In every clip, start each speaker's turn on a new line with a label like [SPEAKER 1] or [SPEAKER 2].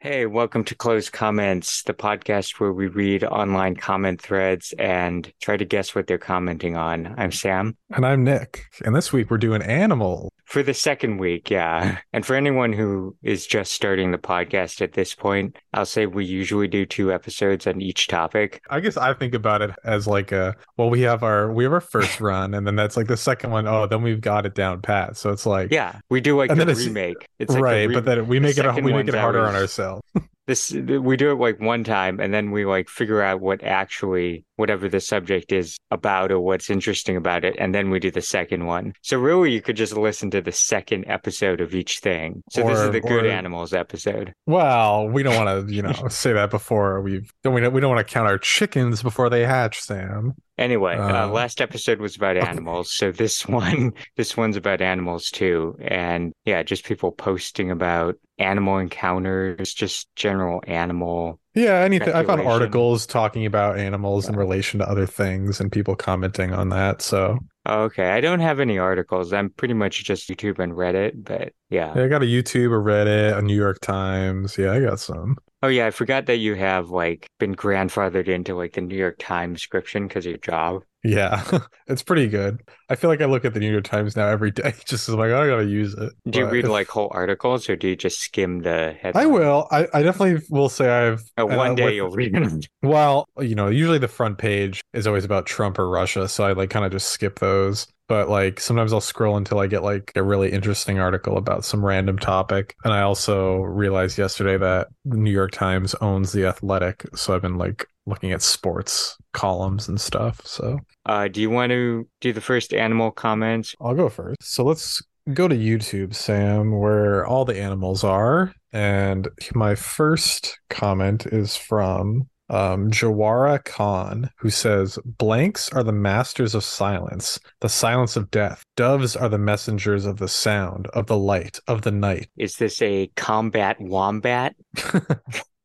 [SPEAKER 1] Hey, welcome to Closed Comments, the podcast where we read online comment threads and try to guess what they're commenting on. I'm Sam.
[SPEAKER 2] And I'm Nick. And this week we're doing animal.
[SPEAKER 1] For the second week, yeah. And for anyone who is just starting the podcast at this point, I'll say we usually do two episodes on each topic.
[SPEAKER 2] I guess I think about it as like a well, we have our we have our first run, and then that's like the second one. Oh, then we've got it down pat. So it's like
[SPEAKER 1] Yeah, we do like
[SPEAKER 2] And
[SPEAKER 1] the
[SPEAKER 2] then it's-
[SPEAKER 1] remake. It's like the
[SPEAKER 2] right,
[SPEAKER 1] re-
[SPEAKER 2] but then we
[SPEAKER 1] the
[SPEAKER 2] make it
[SPEAKER 1] second
[SPEAKER 2] we make
[SPEAKER 1] one's
[SPEAKER 2] it harder on
[SPEAKER 1] ours.
[SPEAKER 2] ourselves.
[SPEAKER 1] this we do it like one time and then we like figure out what actually whatever the subject is about or what's interesting about it and then we do the second one so really you could just listen to the second episode of each thing so this is
[SPEAKER 2] Or-
[SPEAKER 1] the good
[SPEAKER 2] or-
[SPEAKER 1] animals episode
[SPEAKER 2] Well, we don't want to, you know, say that before we've don't we, we don't want to count our chickens before they hatch, Sam.
[SPEAKER 1] anyway uh,
[SPEAKER 2] Uh,
[SPEAKER 1] last episode was about
[SPEAKER 2] okay.
[SPEAKER 1] animals so this one this one's about animals too and yeah just people posting about animal encounters just general animal
[SPEAKER 2] Yeah, anything. I found
[SPEAKER 1] Speculation.
[SPEAKER 2] articles talking about animals in
[SPEAKER 1] Yeah.
[SPEAKER 2] relation to other things and people commenting on that. So
[SPEAKER 1] okay i don't have any articles i'm pretty much just youtube and reddit but yeah
[SPEAKER 2] yeah, I got a YouTube, a Reddit, a New York Times. Yeah, I got some.
[SPEAKER 1] Oh yeah, I forgot that you have like been grandfathered into like the New York Times description because of your job.
[SPEAKER 2] Yeah, it's pretty good. I feel like I look at the New York Times now every day, just as like I gotta use it.
[SPEAKER 1] Do you
[SPEAKER 2] But
[SPEAKER 1] read
[SPEAKER 2] if-
[SPEAKER 1] like whole articles or do you just skim the
[SPEAKER 2] I
[SPEAKER 1] headline?
[SPEAKER 2] will. I, I definitely will say I've
[SPEAKER 1] Oh,
[SPEAKER 2] and
[SPEAKER 1] one
[SPEAKER 2] I-
[SPEAKER 1] day
[SPEAKER 2] with-
[SPEAKER 1] you'll read them.
[SPEAKER 2] Well, you know, usually the front page is always about Trump or Russia, so I like kind of just skip those. But like sometimes I'll scroll until I get like a really interesting article about some random topic. And I also realized yesterday that the New York Times owns The Athletic, so I've been like looking at sports columns and stuff. So
[SPEAKER 1] Uh, do you want to do the first animal comments?
[SPEAKER 2] I'll go first. So let's go to YouTube, Sam, where all the animals are. And my first comment is from um, Jawara Khan, who says, Blanks are the masters of silence, the silence of death. Doves are the messengers of the sound, of the light, of the night.
[SPEAKER 1] Is this a combat wombat?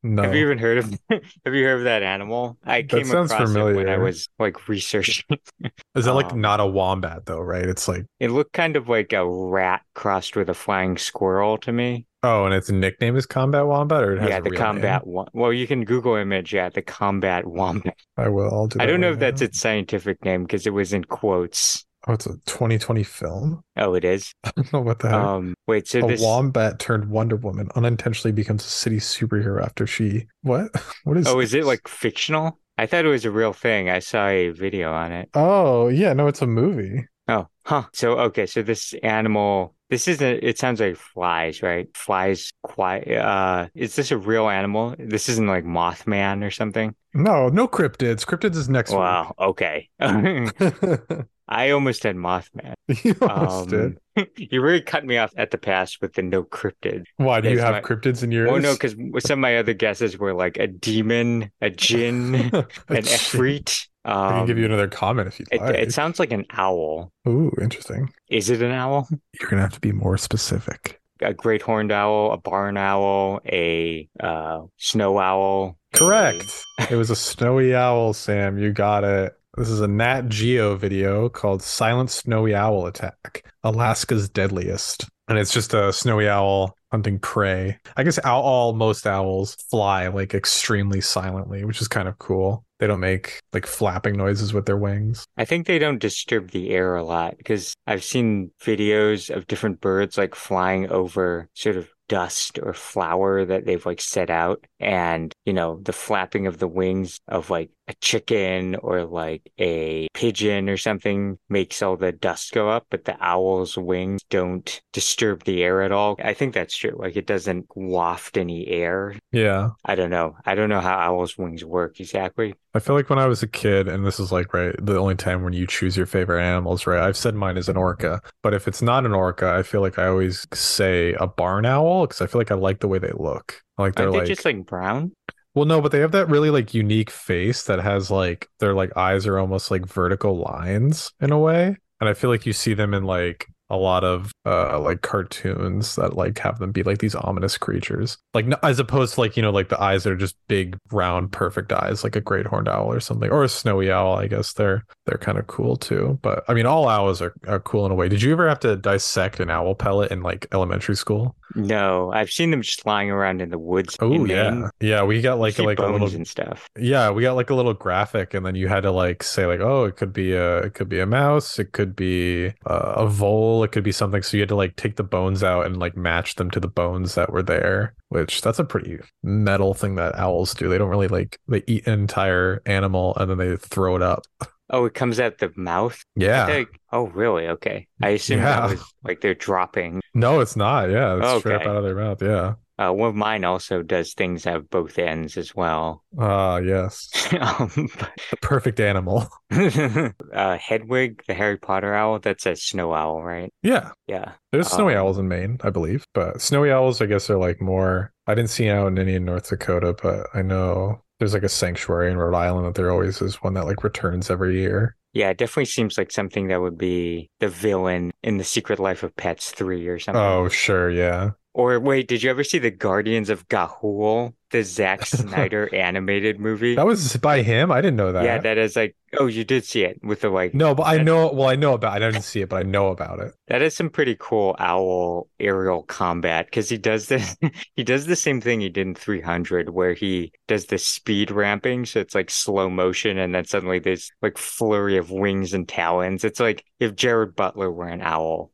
[SPEAKER 2] No.
[SPEAKER 1] Have you even heard of have you heard of that animal? I
[SPEAKER 2] That
[SPEAKER 1] came
[SPEAKER 2] sounds
[SPEAKER 1] across it when I
[SPEAKER 2] familiar.
[SPEAKER 1] was like researching.
[SPEAKER 2] Is that like
[SPEAKER 1] um,
[SPEAKER 2] not a wombat, though, right? It's like,
[SPEAKER 1] It looked kind of like a rat crossed with a flying squirrel to me.
[SPEAKER 2] oh, and its nickname is Combat Wombat, or it has
[SPEAKER 1] Yeah,
[SPEAKER 2] a
[SPEAKER 1] the
[SPEAKER 2] real name?
[SPEAKER 1] combat wo- well, you can Google image yeah, the combat wombat.
[SPEAKER 2] I will. I'll do
[SPEAKER 1] I
[SPEAKER 2] that
[SPEAKER 1] don't know if
[SPEAKER 2] right
[SPEAKER 1] that's
[SPEAKER 2] now.
[SPEAKER 1] its scientific name because it was in quotes.
[SPEAKER 2] Oh, it's a 2020 film?
[SPEAKER 1] Oh, it is.
[SPEAKER 2] I don't know what the heck.
[SPEAKER 1] Um, wait, so
[SPEAKER 2] Uh-huh. a
[SPEAKER 1] this
[SPEAKER 2] wombat turned Wonder Woman unintentionally becomes a city superhero after she what? What is?
[SPEAKER 1] oh, is it
[SPEAKER 2] this?
[SPEAKER 1] like fictional? I thought it was a real thing. I saw a video on it.
[SPEAKER 2] Oh yeah, no, it's a movie.
[SPEAKER 1] Oh, huh. So okay, so this animal, this isn't. It sounds like flies, right? Flies. Quiet. Uh, is this a real animal? This isn't like Mothman or something.
[SPEAKER 2] No, no cryptids. Cryptids is next
[SPEAKER 1] Wow. Okay. I
[SPEAKER 2] week.
[SPEAKER 1] almost said Mothman.
[SPEAKER 2] you almost
[SPEAKER 1] Um,
[SPEAKER 2] did.
[SPEAKER 1] you really cut me off at the pass with the no cryptid.
[SPEAKER 2] Why do you
[SPEAKER 1] there's
[SPEAKER 2] have
[SPEAKER 1] my-
[SPEAKER 2] cryptids in yours?
[SPEAKER 1] Oh no, because some of my other guesses were like a demon, a jinn, an
[SPEAKER 2] I
[SPEAKER 1] efreet. Um,
[SPEAKER 2] I can give you another comment if you'd
[SPEAKER 1] it,
[SPEAKER 2] like.
[SPEAKER 1] it sounds like an owl.
[SPEAKER 2] Ooh, interesting.
[SPEAKER 1] Is it an owl?
[SPEAKER 2] You're gonna have to be more specific.
[SPEAKER 1] A great horned owl, a barn owl, a uh, snow owl. a-
[SPEAKER 2] Correct. it was a snowy owl, Sam. You got it. This is a Nat Geo video called Silent Snowy Owl Attack, Alaska's Deadliest. And it's just a snowy owl hunting prey. I guess owl, all most owls fly like extremely silently, which is kind of cool. They don't make like flapping noises with their wings.
[SPEAKER 1] I think they don't disturb the air a lot because I've seen videos of different birds like flying over sort of dust or flour that they've like set out and you know the flapping of the wings of like a chicken or like a pigeon or something makes all the dust go up but the owl's wings don't disturb the air at all i think that's true like it doesn't waft any air
[SPEAKER 2] Yeah.
[SPEAKER 1] i don't know i don't know how owl's wings work exactly
[SPEAKER 2] I feel like when I was a kid, and this is like right the only time when you choose your favorite animals, right? I've said mine is an orca, but if it's not an orca, I feel like I always say a barn owl because I feel like I like the way they look. Like they're
[SPEAKER 1] aren't they
[SPEAKER 2] like,
[SPEAKER 1] just like brown
[SPEAKER 2] well, no, but they have that really like unique face that has like their like eyes are almost like vertical lines in a way, and I feel like you see them in like a lot of uh like cartoons that like have them be like these ominous creatures like n- as opposed to like you know like the eyes that are just big round perfect eyes like a great horned owl or something or a snowy owl i guess they're they're kind of cool too but i mean all owls are, are cool in a way did you ever have to dissect an owl pellet in like elementary school
[SPEAKER 1] No, I've seen them just lying around in the woods.
[SPEAKER 2] oh
[SPEAKER 1] in
[SPEAKER 2] yeah
[SPEAKER 1] Maine.
[SPEAKER 2] yeah we got
[SPEAKER 1] You
[SPEAKER 2] like
[SPEAKER 1] see
[SPEAKER 2] like a
[SPEAKER 1] bones
[SPEAKER 2] little
[SPEAKER 1] and stuff.
[SPEAKER 2] yeah we got like a little graphic and then you had to like say like oh it could be a it could be a mouse it could be uh, a vole it could be something so you had to like take the bones out and like match them to the bones that were there which that's a pretty metal thing that owls do they don't really like they eat an entire animal and then they throw it up
[SPEAKER 1] Oh, it comes out the mouth. I
[SPEAKER 2] yeah
[SPEAKER 1] think- oh, really? Okay. I assume
[SPEAKER 2] Yeah.
[SPEAKER 1] that was like they're dropping.
[SPEAKER 2] no it's not yeah it's straight up
[SPEAKER 1] Okay.
[SPEAKER 2] out of their mouth yeah
[SPEAKER 1] Uh, one of mine also does things out of both ends as well.
[SPEAKER 2] ah yes
[SPEAKER 1] um,
[SPEAKER 2] the perfect animal
[SPEAKER 1] but- uh, Hedwig, the Harry Potter owl. That's a snow owl, right?
[SPEAKER 2] yeah
[SPEAKER 1] Yeah.
[SPEAKER 2] There's snowy
[SPEAKER 1] Um,
[SPEAKER 2] owls in Maine, I believe, but snowy owls, I guess, are like more. I didn't see out in any in North Dakota, but I know there's like a sanctuary in Rhode Island that there always is one that like returns every year.
[SPEAKER 1] Yeah, it definitely seems like something that would be the villain in The Secret Life of Pets 3 or something.
[SPEAKER 2] Oh, sure, yeah.
[SPEAKER 1] Or wait, did you ever see The Guardians of Gahul, the Zack Snyder animated movie?
[SPEAKER 2] That was by him. I didn't know that.
[SPEAKER 1] Yeah, that is like, oh, you did see it with the like,
[SPEAKER 2] no, but I
[SPEAKER 1] that-
[SPEAKER 2] know. Well, I know about. It. I didn't see it, but I know about it.
[SPEAKER 1] that is some pretty cool owl aerial combat because he does this, he does the same thing he did in 300 where he does the speed ramping. So it's like slow motion and then suddenly there's like flurry of wings and talons. It's like if Jared Butler were an owl.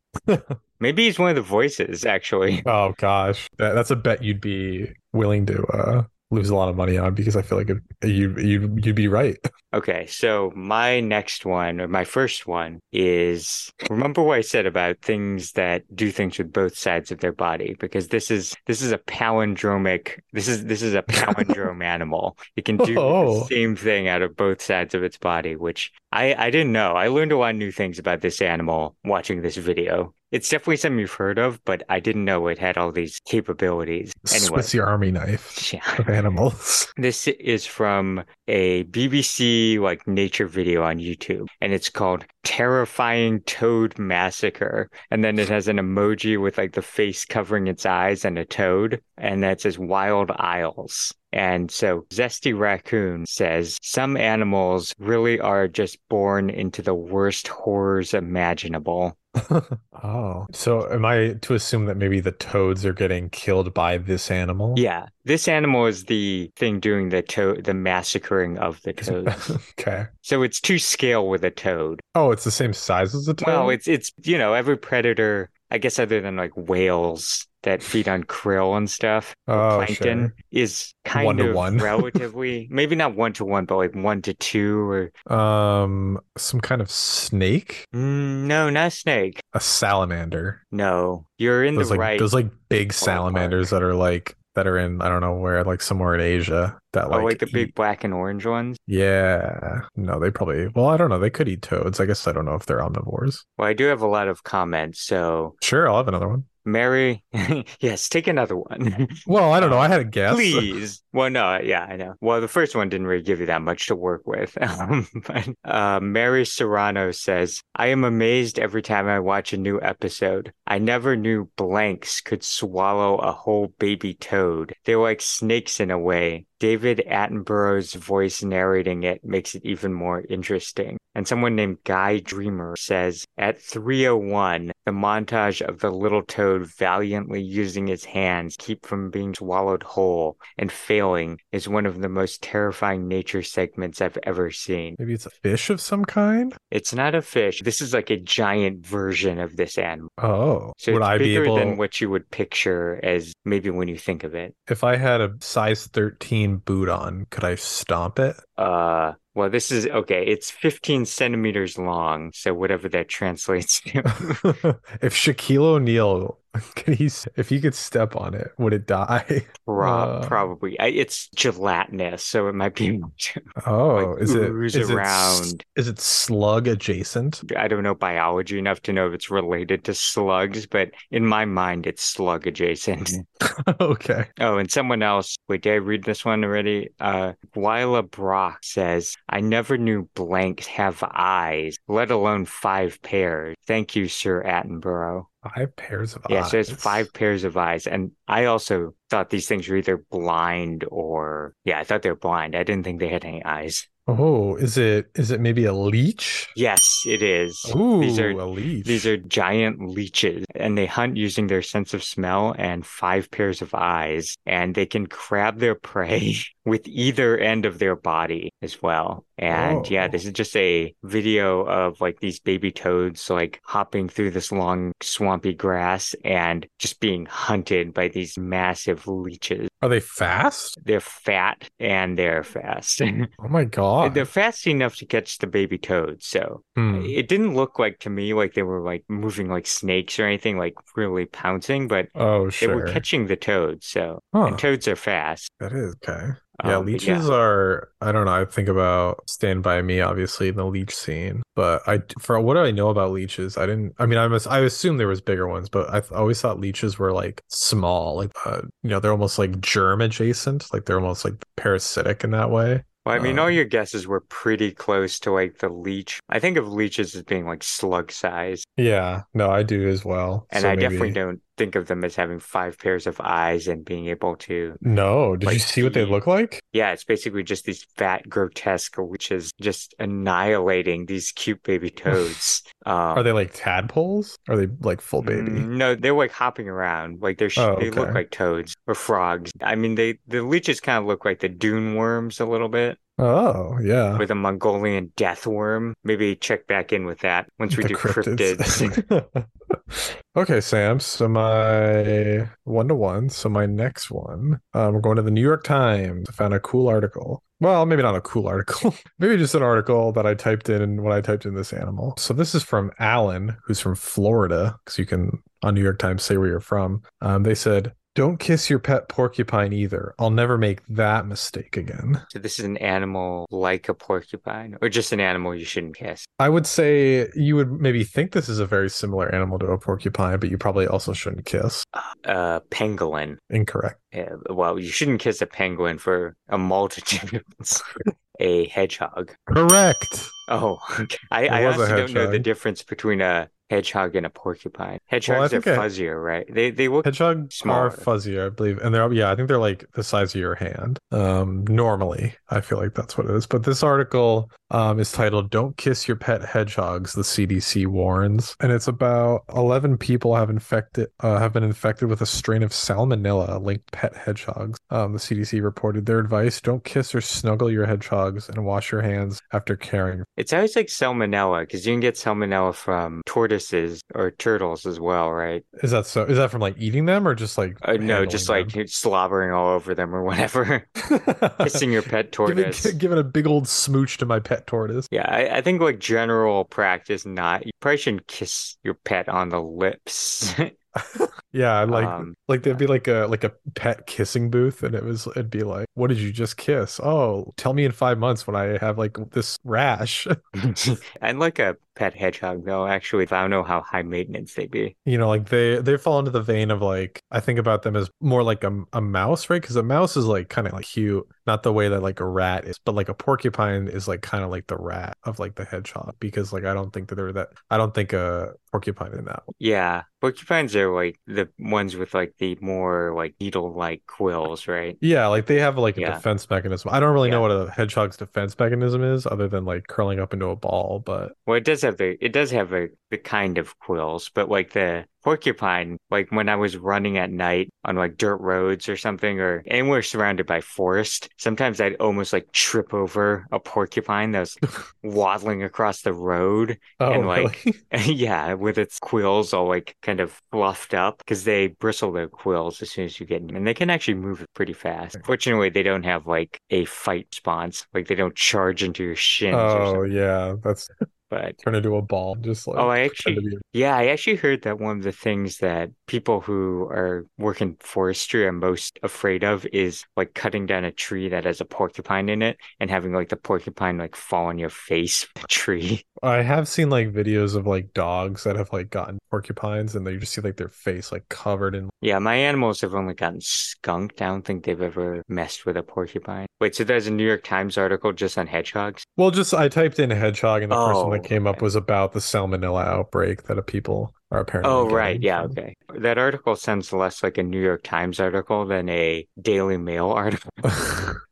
[SPEAKER 1] Maybe he's one of the voices actually.
[SPEAKER 2] Oh gosh, that, that's a bet you'd be willing to uh, lose a lot of money on because I feel like it, you you you'd be right.
[SPEAKER 1] Okay, so my next one, or my first one, is remember what I said about things that do things with both sides of their body, because this is this is a palindromic. This is this is a palindrome animal. It can do
[SPEAKER 2] Oh.
[SPEAKER 1] the same thing out of both sides of its body, which I I didn't know. I learned a lot of new things about this animal watching this video. It's definitely something you've heard of, but I didn't know it had all these capabilities. Anyway,
[SPEAKER 2] Swiss Army knife
[SPEAKER 1] yeah.
[SPEAKER 2] of animals.
[SPEAKER 1] This is from a BBC like nature video on YouTube, and it's called Terrifying Toad Massacre. And then it has an emoji with like the face covering its eyes and a toad, and that says Wild Isles. And so Zesty Raccoon says some animals really are just born into the worst horrors imaginable.
[SPEAKER 2] Oh, so am I to assume that maybe the toads are getting killed by this animal?
[SPEAKER 1] Yeah, this animal is the thing doing the toad, the massacring of the toads.
[SPEAKER 2] Okay.
[SPEAKER 1] so it's to scale with a toad.
[SPEAKER 2] Oh, it's the same size as the toad?
[SPEAKER 1] Well, it's it's you know every predator, I guess, other than like whales that feed on krill and stuff, or
[SPEAKER 2] Oh,
[SPEAKER 1] plankton
[SPEAKER 2] sure.
[SPEAKER 1] is kind
[SPEAKER 2] One to
[SPEAKER 1] of
[SPEAKER 2] one.
[SPEAKER 1] relatively maybe not one to one, but like one to two or
[SPEAKER 2] um some kind of snake,
[SPEAKER 1] Mm, no, not snake.
[SPEAKER 2] a salamander.
[SPEAKER 1] No, you're in
[SPEAKER 2] Those
[SPEAKER 1] the
[SPEAKER 2] like
[SPEAKER 1] right.
[SPEAKER 2] those like big
[SPEAKER 1] ballpark.
[SPEAKER 2] salamanders that are like that are in I don't know where like somewhere in Asia that
[SPEAKER 1] oh,
[SPEAKER 2] like,
[SPEAKER 1] like the big
[SPEAKER 2] eat-
[SPEAKER 1] black and orange ones.
[SPEAKER 2] yeah no they probably well I don't know they could eat toads I guess I don't know if they're omnivores
[SPEAKER 1] Well, I do have a lot of comments, so
[SPEAKER 2] sure I'll have another one
[SPEAKER 1] Mary, yes, take another one.
[SPEAKER 2] well I don't know I had a guess
[SPEAKER 1] Please. Well, no, yeah, I know. Well, the first one didn't really give you that much to work with. Um, but, uh, Mary Serrano says, I am amazed every time I watch a new episode. I never knew blanks could swallow a whole baby toad. They're like snakes in a way. David Attenborough's voice narrating it makes it even more interesting. And someone named Guy Dreamer says, at 301, the montage of the little toad valiantly using his hands to keep from being swallowed whole and failing is one of the most terrifying nature segments I've ever seen.
[SPEAKER 2] maybe it's a fish of some kind
[SPEAKER 1] It's not a fish. This is like a giant version of this animal.
[SPEAKER 2] Oh,
[SPEAKER 1] So
[SPEAKER 2] would
[SPEAKER 1] it's
[SPEAKER 2] I be
[SPEAKER 1] bigger
[SPEAKER 2] able
[SPEAKER 1] than what you would picture as maybe when you think of it.
[SPEAKER 2] if I had a size 13 boot on, could I stomp it?
[SPEAKER 1] Uh, well, this is okay. It's 15 centimeters long, so whatever that translates to.
[SPEAKER 2] if Shaquille O'Neal Could he, if you could step on it, would it die?
[SPEAKER 1] Prob-
[SPEAKER 2] Uh.
[SPEAKER 1] probably. I, it's gelatinous, so it might be.
[SPEAKER 2] Oh,
[SPEAKER 1] Like,
[SPEAKER 2] is it
[SPEAKER 1] ooze
[SPEAKER 2] is it s-
[SPEAKER 1] around.
[SPEAKER 2] is it slug adjacent?
[SPEAKER 1] I don't know biology enough to know if it's related to slugs, but in my mind, it's slug adjacent.
[SPEAKER 2] okay.
[SPEAKER 1] Oh, and someone else. Wait, did I read this one already? Uh, Wyla Brock says, I never knew blanks have eyes, let alone five pairs. Thank you, Sir Attenborough.
[SPEAKER 2] Five pairs of
[SPEAKER 1] Yeah,
[SPEAKER 2] eyes.
[SPEAKER 1] so it's five pairs of eyes. And I also thought these things were either blind or, yeah, I thought they were blind. I didn't think they had any eyes.
[SPEAKER 2] Oh, is it is it maybe a leech?
[SPEAKER 1] Yes, it is.
[SPEAKER 2] Ooh,
[SPEAKER 1] These are
[SPEAKER 2] a leech.
[SPEAKER 1] These are giant leeches, and they hunt using their sense of smell and five pairs of eyes, and they can grab their prey with either end of their body as well. And yeah,
[SPEAKER 2] Oh.
[SPEAKER 1] this is just a video of like these baby toads like hopping through this long swampy grass and just being hunted by these massive leeches.
[SPEAKER 2] are they fast?
[SPEAKER 1] They're fat and they're fast.
[SPEAKER 2] Oh my god.
[SPEAKER 1] They're fast enough to catch the baby toads, so
[SPEAKER 2] Hmm.
[SPEAKER 1] it didn't look like to me like they were like moving like snakes or anything, like really pouncing, but
[SPEAKER 2] Oh
[SPEAKER 1] they were
[SPEAKER 2] sure.
[SPEAKER 1] catching the toads. So
[SPEAKER 2] Huh,
[SPEAKER 1] and toads are fast.
[SPEAKER 2] That is okay. Yeah,
[SPEAKER 1] Um, but
[SPEAKER 2] leeches are. I don't know. I think about Stand by Me, obviously, in the leech scene. But I, for what do I know about leeches? I didn't. I mean, I must. I assume there was bigger ones, but I th- always thought leeches were like small, like uh, you know, they're almost like germ adjacent, like they're almost like parasitic in that way.
[SPEAKER 1] Well, I mean, all
[SPEAKER 2] Um,
[SPEAKER 1] your guesses were pretty close to like the leech. I think of leeches as being like slug size,
[SPEAKER 2] Yeah. No, I do as well.
[SPEAKER 1] and
[SPEAKER 2] So
[SPEAKER 1] I definitely
[SPEAKER 2] maybe-
[SPEAKER 1] don't think of them as having five pairs of eyes and being able to.
[SPEAKER 2] No, did you
[SPEAKER 1] Like
[SPEAKER 2] see what they
[SPEAKER 1] the-
[SPEAKER 2] look like?
[SPEAKER 1] Yeah, it's basically just these fat, grotesque leeches just annihilating these cute baby toads. Um,
[SPEAKER 2] Are they like tadpoles? Are they like full baby?
[SPEAKER 1] Mm, No, they're like hopping around. Like they're sh-
[SPEAKER 2] Oh,
[SPEAKER 1] they look
[SPEAKER 2] okay.
[SPEAKER 1] like toads or frogs. I mean, they the leeches kind of look like the dune worms a little bit,
[SPEAKER 2] Oh, yeah.
[SPEAKER 1] with a Mongolian death worm. Maybe check back in with that once we
[SPEAKER 2] The
[SPEAKER 1] do cryptids.
[SPEAKER 2] okay, Sam. So my one to one. So my next one. Um, we're going to the New York Times. I found a cool article. Well, maybe not a cool article. maybe just an article that I typed in when I typed in this animal. So this is from Alan, who's from Florida, because you can on New York Times say where you're from. Um, they said, "Don't kiss your pet porcupine either. I'll never make that mistake again."
[SPEAKER 1] So this is an animal like a porcupine, or just an animal you shouldn't kiss.
[SPEAKER 2] I would say you would maybe think this is a very similar animal to a porcupine, but you probably also shouldn't kiss.
[SPEAKER 1] Uh, pangolin.
[SPEAKER 2] Incorrect.
[SPEAKER 1] Uh, well, you shouldn't kiss a penguin for a multitude of reasons. A hedgehog.
[SPEAKER 2] Correct.
[SPEAKER 1] Oh, okay. I, I
[SPEAKER 2] was a
[SPEAKER 1] honestly don't know the
[SPEAKER 2] hedgehog.
[SPEAKER 1] difference between a hedgehog and a porcupine. Hedgehogs are
[SPEAKER 2] think I-
[SPEAKER 1] fuzzier, right? They they look
[SPEAKER 2] Hedgehogs
[SPEAKER 1] Smaller.
[SPEAKER 2] are fuzzier, I believe, and they're yeah, I think they're like the size of your hand. Um, normally, I feel like that's what it is. But this article um, is titled "Don't Kiss Your Pet Hedgehogs," the CDC warns, and it's about eleven people have infected uh, have been infected with a strain of salmonella linked pet hedgehogs. Um, the CDC reported their advice: don't kiss or snuggle your hedgehogs, and wash your hands after caring
[SPEAKER 1] It's always like salmonella because you can get salmonella from tortoises or turtles as well, right?
[SPEAKER 2] Is that so? Is that from like eating them or just like
[SPEAKER 1] Uh, no, just
[SPEAKER 2] handling
[SPEAKER 1] like
[SPEAKER 2] them?
[SPEAKER 1] you slobbering all over them or whatever, kissing your pet
[SPEAKER 2] Give it-
[SPEAKER 1] tortoise.
[SPEAKER 2] give it a big old smooch to my pet tortoise.
[SPEAKER 1] Yeah, I, I think like general practice, not you probably shouldn't kiss your pet on the lips.
[SPEAKER 2] Yeah, and, like
[SPEAKER 1] Um,
[SPEAKER 2] like there'd be like a like a pet kissing booth, and it was it'd be like, what did you just kiss? Oh, tell me in five months when I have like this rash.
[SPEAKER 1] and like a pet hedgehog, though, actually, I don't know how high maintenance they'd be.
[SPEAKER 2] You know, like they they fall into the vein of like I think about them as more like a, a mouse, right? Because a mouse is like kind of like cute, not the way that like a rat is, but like a porcupine is like kind of like the rat of like the hedgehog. Because like I don't think that they're that I don't think a porcupine in that.
[SPEAKER 1] Yeah, porcupines are like the ones with like the more like needle-like quills, right?
[SPEAKER 2] Yeah, like they have like a
[SPEAKER 1] Yeah.
[SPEAKER 2] defense mechanism. I don't really know
[SPEAKER 1] Yeah.
[SPEAKER 2] what a hedgehog's defense mechanism is, other than like curling up into a ball. But
[SPEAKER 1] Well, it does have the it does have a the kind of quills, but like the porcupine, like when I was running at night on like dirt roads or something, or anywhere surrounded by forest, sometimes I'd almost like trip over a porcupine that was waddling across the road.
[SPEAKER 2] oh,
[SPEAKER 1] And, like,
[SPEAKER 2] really?
[SPEAKER 1] yeah, with its quills all like kind of fluffed up because they bristle their quills as soon as you get in, and they can actually move pretty fast. Fortunately, they don't have like a fight response, like they don't charge into your shins or
[SPEAKER 2] Oh
[SPEAKER 1] something.
[SPEAKER 2] yeah, that's
[SPEAKER 1] but
[SPEAKER 2] turn into a ball, just like
[SPEAKER 1] oh, I
[SPEAKER 2] pretend to
[SPEAKER 1] actually
[SPEAKER 2] be-
[SPEAKER 1] yeah, I actually heard that one of the things that people who are working forestry are most afraid of is like cutting down a tree that has a porcupine in it and having like the porcupine like fall on your face from the tree.
[SPEAKER 2] I have seen like videos of like dogs that have like gotten porcupines, and they just see like their face like covered in.
[SPEAKER 1] Yeah, my animals have only gotten skunked. I don't think they've ever messed with a porcupine. Wait, so there's a New York Times article just on hedgehogs?
[SPEAKER 2] Well, just I typed in hedgehog, and the first one
[SPEAKER 1] Oh,
[SPEAKER 2] that came up
[SPEAKER 1] okay.
[SPEAKER 2] was about the salmonella outbreak that people are apparently.
[SPEAKER 1] Oh, right.
[SPEAKER 2] getting
[SPEAKER 1] Yeah.
[SPEAKER 2] from-
[SPEAKER 1] Okay. That article sounds less like a New York Times article than a Daily Mail article.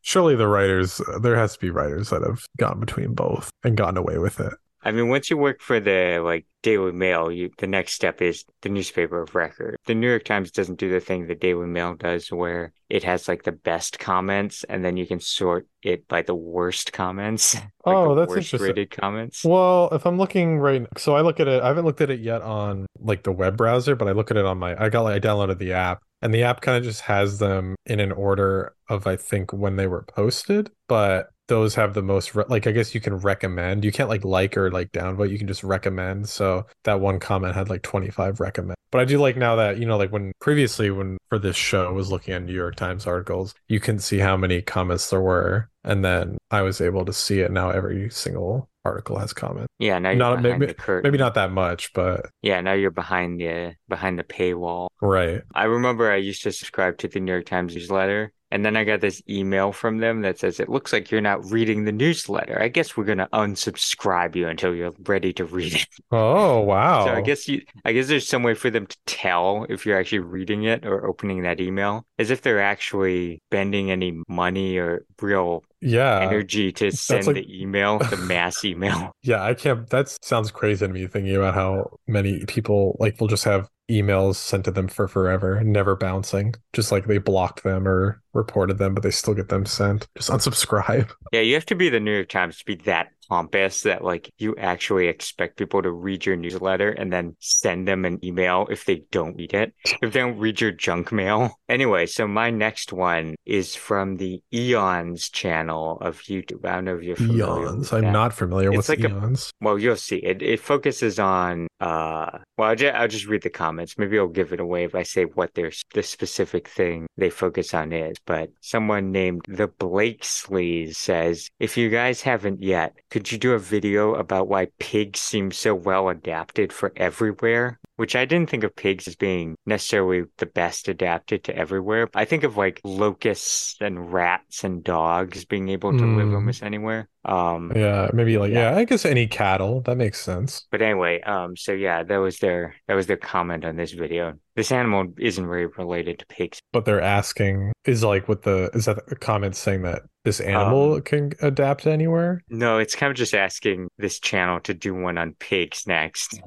[SPEAKER 2] Surely the writers, there has to be writers that have gone between both and gotten away with it.
[SPEAKER 1] I mean, once you work for the like Daily Mail, you the next step is the newspaper of record. The New York Times doesn't do the thing the Daily Mail does where it has like the best comments and then you can sort it by the worst comments. like, the
[SPEAKER 2] Oh, that's
[SPEAKER 1] worst
[SPEAKER 2] interesting.
[SPEAKER 1] rated comments.
[SPEAKER 2] Well, if I'm looking right, so I look at it. I haven't looked at it yet on like the web browser, but I look at it on my. I got like I downloaded the app, and the app kind of just has them in an order of I think when they were posted. But those have the most re- like I guess you can recommend. You can't like like or like downvote. You can just recommend. So that one comment had like 25 recommend. But I do like now that you know like when previously when for this show I was looking at New York Times articles, you can see how many comments there were, and then I was able to see it now. Every single article has comment.
[SPEAKER 1] Yeah, now you're
[SPEAKER 2] Not-
[SPEAKER 1] behind
[SPEAKER 2] maybe-
[SPEAKER 1] the curtain.
[SPEAKER 2] Maybe not that much, but
[SPEAKER 1] Yeah, now you're behind the behind the paywall.
[SPEAKER 2] right.
[SPEAKER 1] I remember I used to subscribe to the New York Times newsletter, and then I got this email from them that says, It looks like you're not reading the newsletter. I guess we're gonna unsubscribe you until you're ready to read it.
[SPEAKER 2] Oh wow.
[SPEAKER 1] So I guess you I guess there's some way for them to tell if you're actually reading it or opening that email, as if they're actually spending any money or real
[SPEAKER 2] yeah.
[SPEAKER 1] energy to send
[SPEAKER 2] Uh, like-
[SPEAKER 1] the email, the mass email.
[SPEAKER 2] Yeah, I can't. That sounds crazy to me thinking about how many people like will just have emails sent to them for forever, never bouncing. Just like they blocked them or reported them, but they still get them sent. Just unsubscribe.
[SPEAKER 1] Yeah, you have to be the New York Times to be that pompous that like you actually expect people to read your newsletter and then send them an email if they don't read it, if they don't read your junk mail. Anyway, so my next one is from the Eons channel of YouTube. I don't know if you're familiar
[SPEAKER 2] Eons.
[SPEAKER 1] with
[SPEAKER 2] I'm
[SPEAKER 1] that.
[SPEAKER 2] not familiar
[SPEAKER 1] It's
[SPEAKER 2] with
[SPEAKER 1] like a-
[SPEAKER 2] eons.
[SPEAKER 1] Well, you'll see. It it focuses on uh well, I'll, ju- I'll just read the comments. Maybe I'll give it away if I say what their s- the specific thing they focus on is. But someone named the Blakesleys says, "If you guys haven't yet, could you do a video about why pigs seem so well adapted for everywhere?" Which I didn't think of pigs as being necessarily the best adapted to everywhere. I think of like locusts and rats and dogs being able to live
[SPEAKER 2] Mm.
[SPEAKER 1] almost anywhere. Um,
[SPEAKER 2] Yeah, maybe like
[SPEAKER 1] yeah.
[SPEAKER 2] yeah. I guess any cattle that makes sense.
[SPEAKER 1] but anyway, um, so yeah, that was their that was their comment on this video. This animal isn't really related to pigs.
[SPEAKER 2] But they're asking is like with the is that a comment saying that this
[SPEAKER 1] Um,
[SPEAKER 2] animal can adapt anywhere?
[SPEAKER 1] No, it's kind of just asking this channel to do one on pigs next.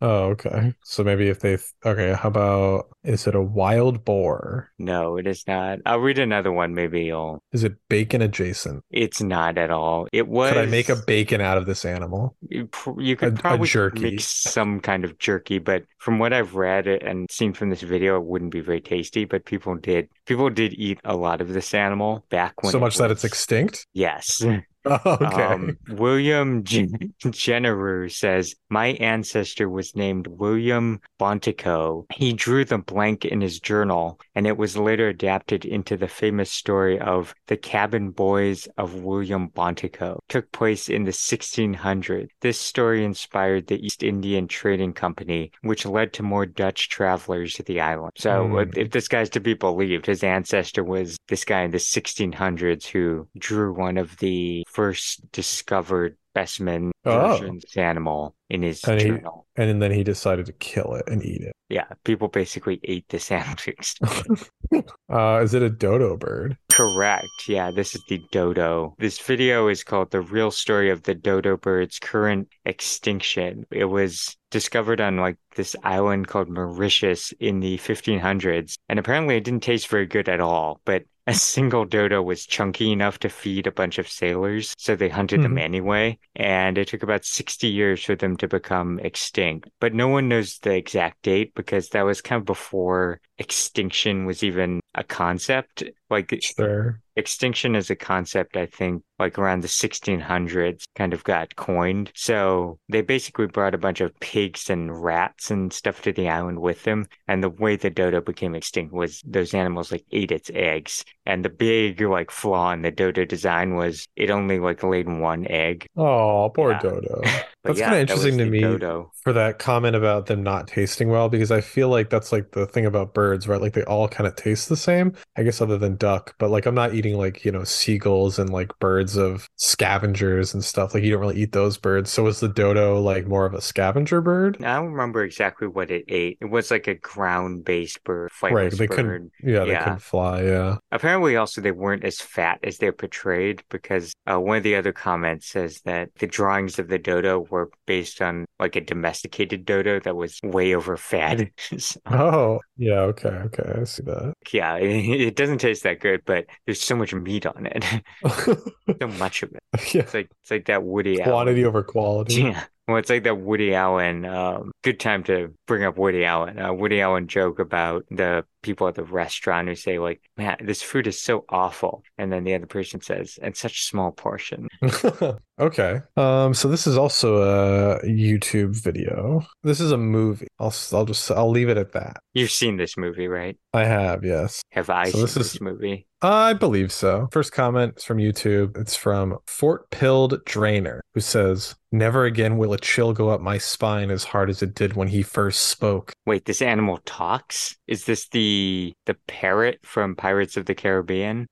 [SPEAKER 2] Oh, okay. So maybe if they th- okay, how about is it a wild boar?
[SPEAKER 1] no, it is not. I'll read another one. Maybe you'll.
[SPEAKER 2] Is it bacon adjacent?
[SPEAKER 1] It's not at all. It was.
[SPEAKER 2] Could I make a bacon out of this animal?
[SPEAKER 1] You pr- you
[SPEAKER 2] A-
[SPEAKER 1] could
[SPEAKER 2] a
[SPEAKER 1] probably
[SPEAKER 2] jerky.
[SPEAKER 1] mix some kind of jerky, but from what I've read and seen from this video, it wouldn't be very tasty. But people did people did eat a lot of this animal back when
[SPEAKER 2] So
[SPEAKER 1] it
[SPEAKER 2] much that it's
[SPEAKER 1] was-
[SPEAKER 2] extinct?
[SPEAKER 1] yes.
[SPEAKER 2] Oh, okay.
[SPEAKER 1] Um, William Gen- Jenneru says, My ancestor was named William Bontico. He drew the blank in his journal, and it was later adapted into the famous story of The Cabin Boys of William Bontico. Took place in the 1600s. This story inspired the East Indian Trading Company, which led to more Dutch travelers to the island. So, uh,
[SPEAKER 2] Hmm.
[SPEAKER 1] if this guy's to be believed, his ancestor was this guy in the 1600s who drew one of the first discovered specimen
[SPEAKER 2] Oh.
[SPEAKER 1] versions of animal in his
[SPEAKER 2] And he-
[SPEAKER 1] journal.
[SPEAKER 2] and then he decided to kill it and eat it.
[SPEAKER 1] Yeah, people basically ate this animal. to extinction.
[SPEAKER 2] Uh, is it a dodo bird?
[SPEAKER 1] Correct. Yeah, this is the dodo. This video is called The Real Story of the Dodo Bird's Current Extinction. It was discovered on like this island called Mauritius in the 1500s, and apparently it didn't taste very good at all, but a single dodo was chunky enough to feed a bunch of sailors, so they hunted them
[SPEAKER 2] Mhm.
[SPEAKER 1] anyway, and it took about 60 years for them to become extinct. But no one knows the exact date because that was kind of before extinction was even a concept. Like
[SPEAKER 2] Sure.
[SPEAKER 1] extinction as a concept, I think, like around the 1600s, kind of got coined. So they basically brought a bunch of pigs and rats and stuff to the island with them. And the way the dodo became extinct was those animals like ate its eggs. And the big like flaw in the dodo design was it only like laid one egg.
[SPEAKER 2] Oh, poor
[SPEAKER 1] Yeah.
[SPEAKER 2] Dodo.
[SPEAKER 1] But
[SPEAKER 2] That's
[SPEAKER 1] yeah,
[SPEAKER 2] kinda
[SPEAKER 1] that was
[SPEAKER 2] interesting to
[SPEAKER 1] the
[SPEAKER 2] me.
[SPEAKER 1] Dodo.
[SPEAKER 2] For that comment about them not tasting well, because I feel like that's like the thing about birds, right? Like they all kind of taste the same, I guess, other than duck. But like I'm not eating like, you know, seagulls and like birds of scavengers and stuff. Like you don't really eat those birds. So is the dodo like more of a scavenger bird?
[SPEAKER 1] I don't remember exactly what it ate. It was like a ground-based bird,
[SPEAKER 2] Right,
[SPEAKER 1] flightless
[SPEAKER 2] they couldn't-
[SPEAKER 1] bird.
[SPEAKER 2] Yeah, they
[SPEAKER 1] Yeah.
[SPEAKER 2] couldn't fly. Yeah.
[SPEAKER 1] Apparently, also they weren't as fat as they're portrayed because uh, one of the other comments says that the drawings of the dodo were based on like a domesticated dodo that was way overfed. so,
[SPEAKER 2] Oh, yeah. Okay. Okay. I see that.
[SPEAKER 1] yeah, it, it doesn't taste that good, but there's so much meat on it, so much of it.
[SPEAKER 2] yeah.
[SPEAKER 1] It's like it's like that Woody Allen.
[SPEAKER 2] Quantity over quality.
[SPEAKER 1] Yeah. Well, it's like that Woody Allen. Um, good time to bring up Woody Allen. Uh, Woody Allen joke about the people at the restaurant who say like, "Man, this food is so awful," and then the other person says, "And such small portion."
[SPEAKER 2] Okay. Um, so this is also a YouTube video. This is a movie. I'll s- I'll just I'll leave it at that.
[SPEAKER 1] You've seen this movie, right?
[SPEAKER 2] I have, yes.
[SPEAKER 1] Have I
[SPEAKER 2] So
[SPEAKER 1] seen
[SPEAKER 2] this
[SPEAKER 1] this,
[SPEAKER 2] is-
[SPEAKER 1] movie?
[SPEAKER 2] I believe so. First comment is from YouTube. It's from Fort Pilled Drainer, who says, Never again will a chill go up my spine as hard as it did when he first spoke.
[SPEAKER 1] Wait, this animal talks? Is this the the parrot from Pirates of the Caribbean?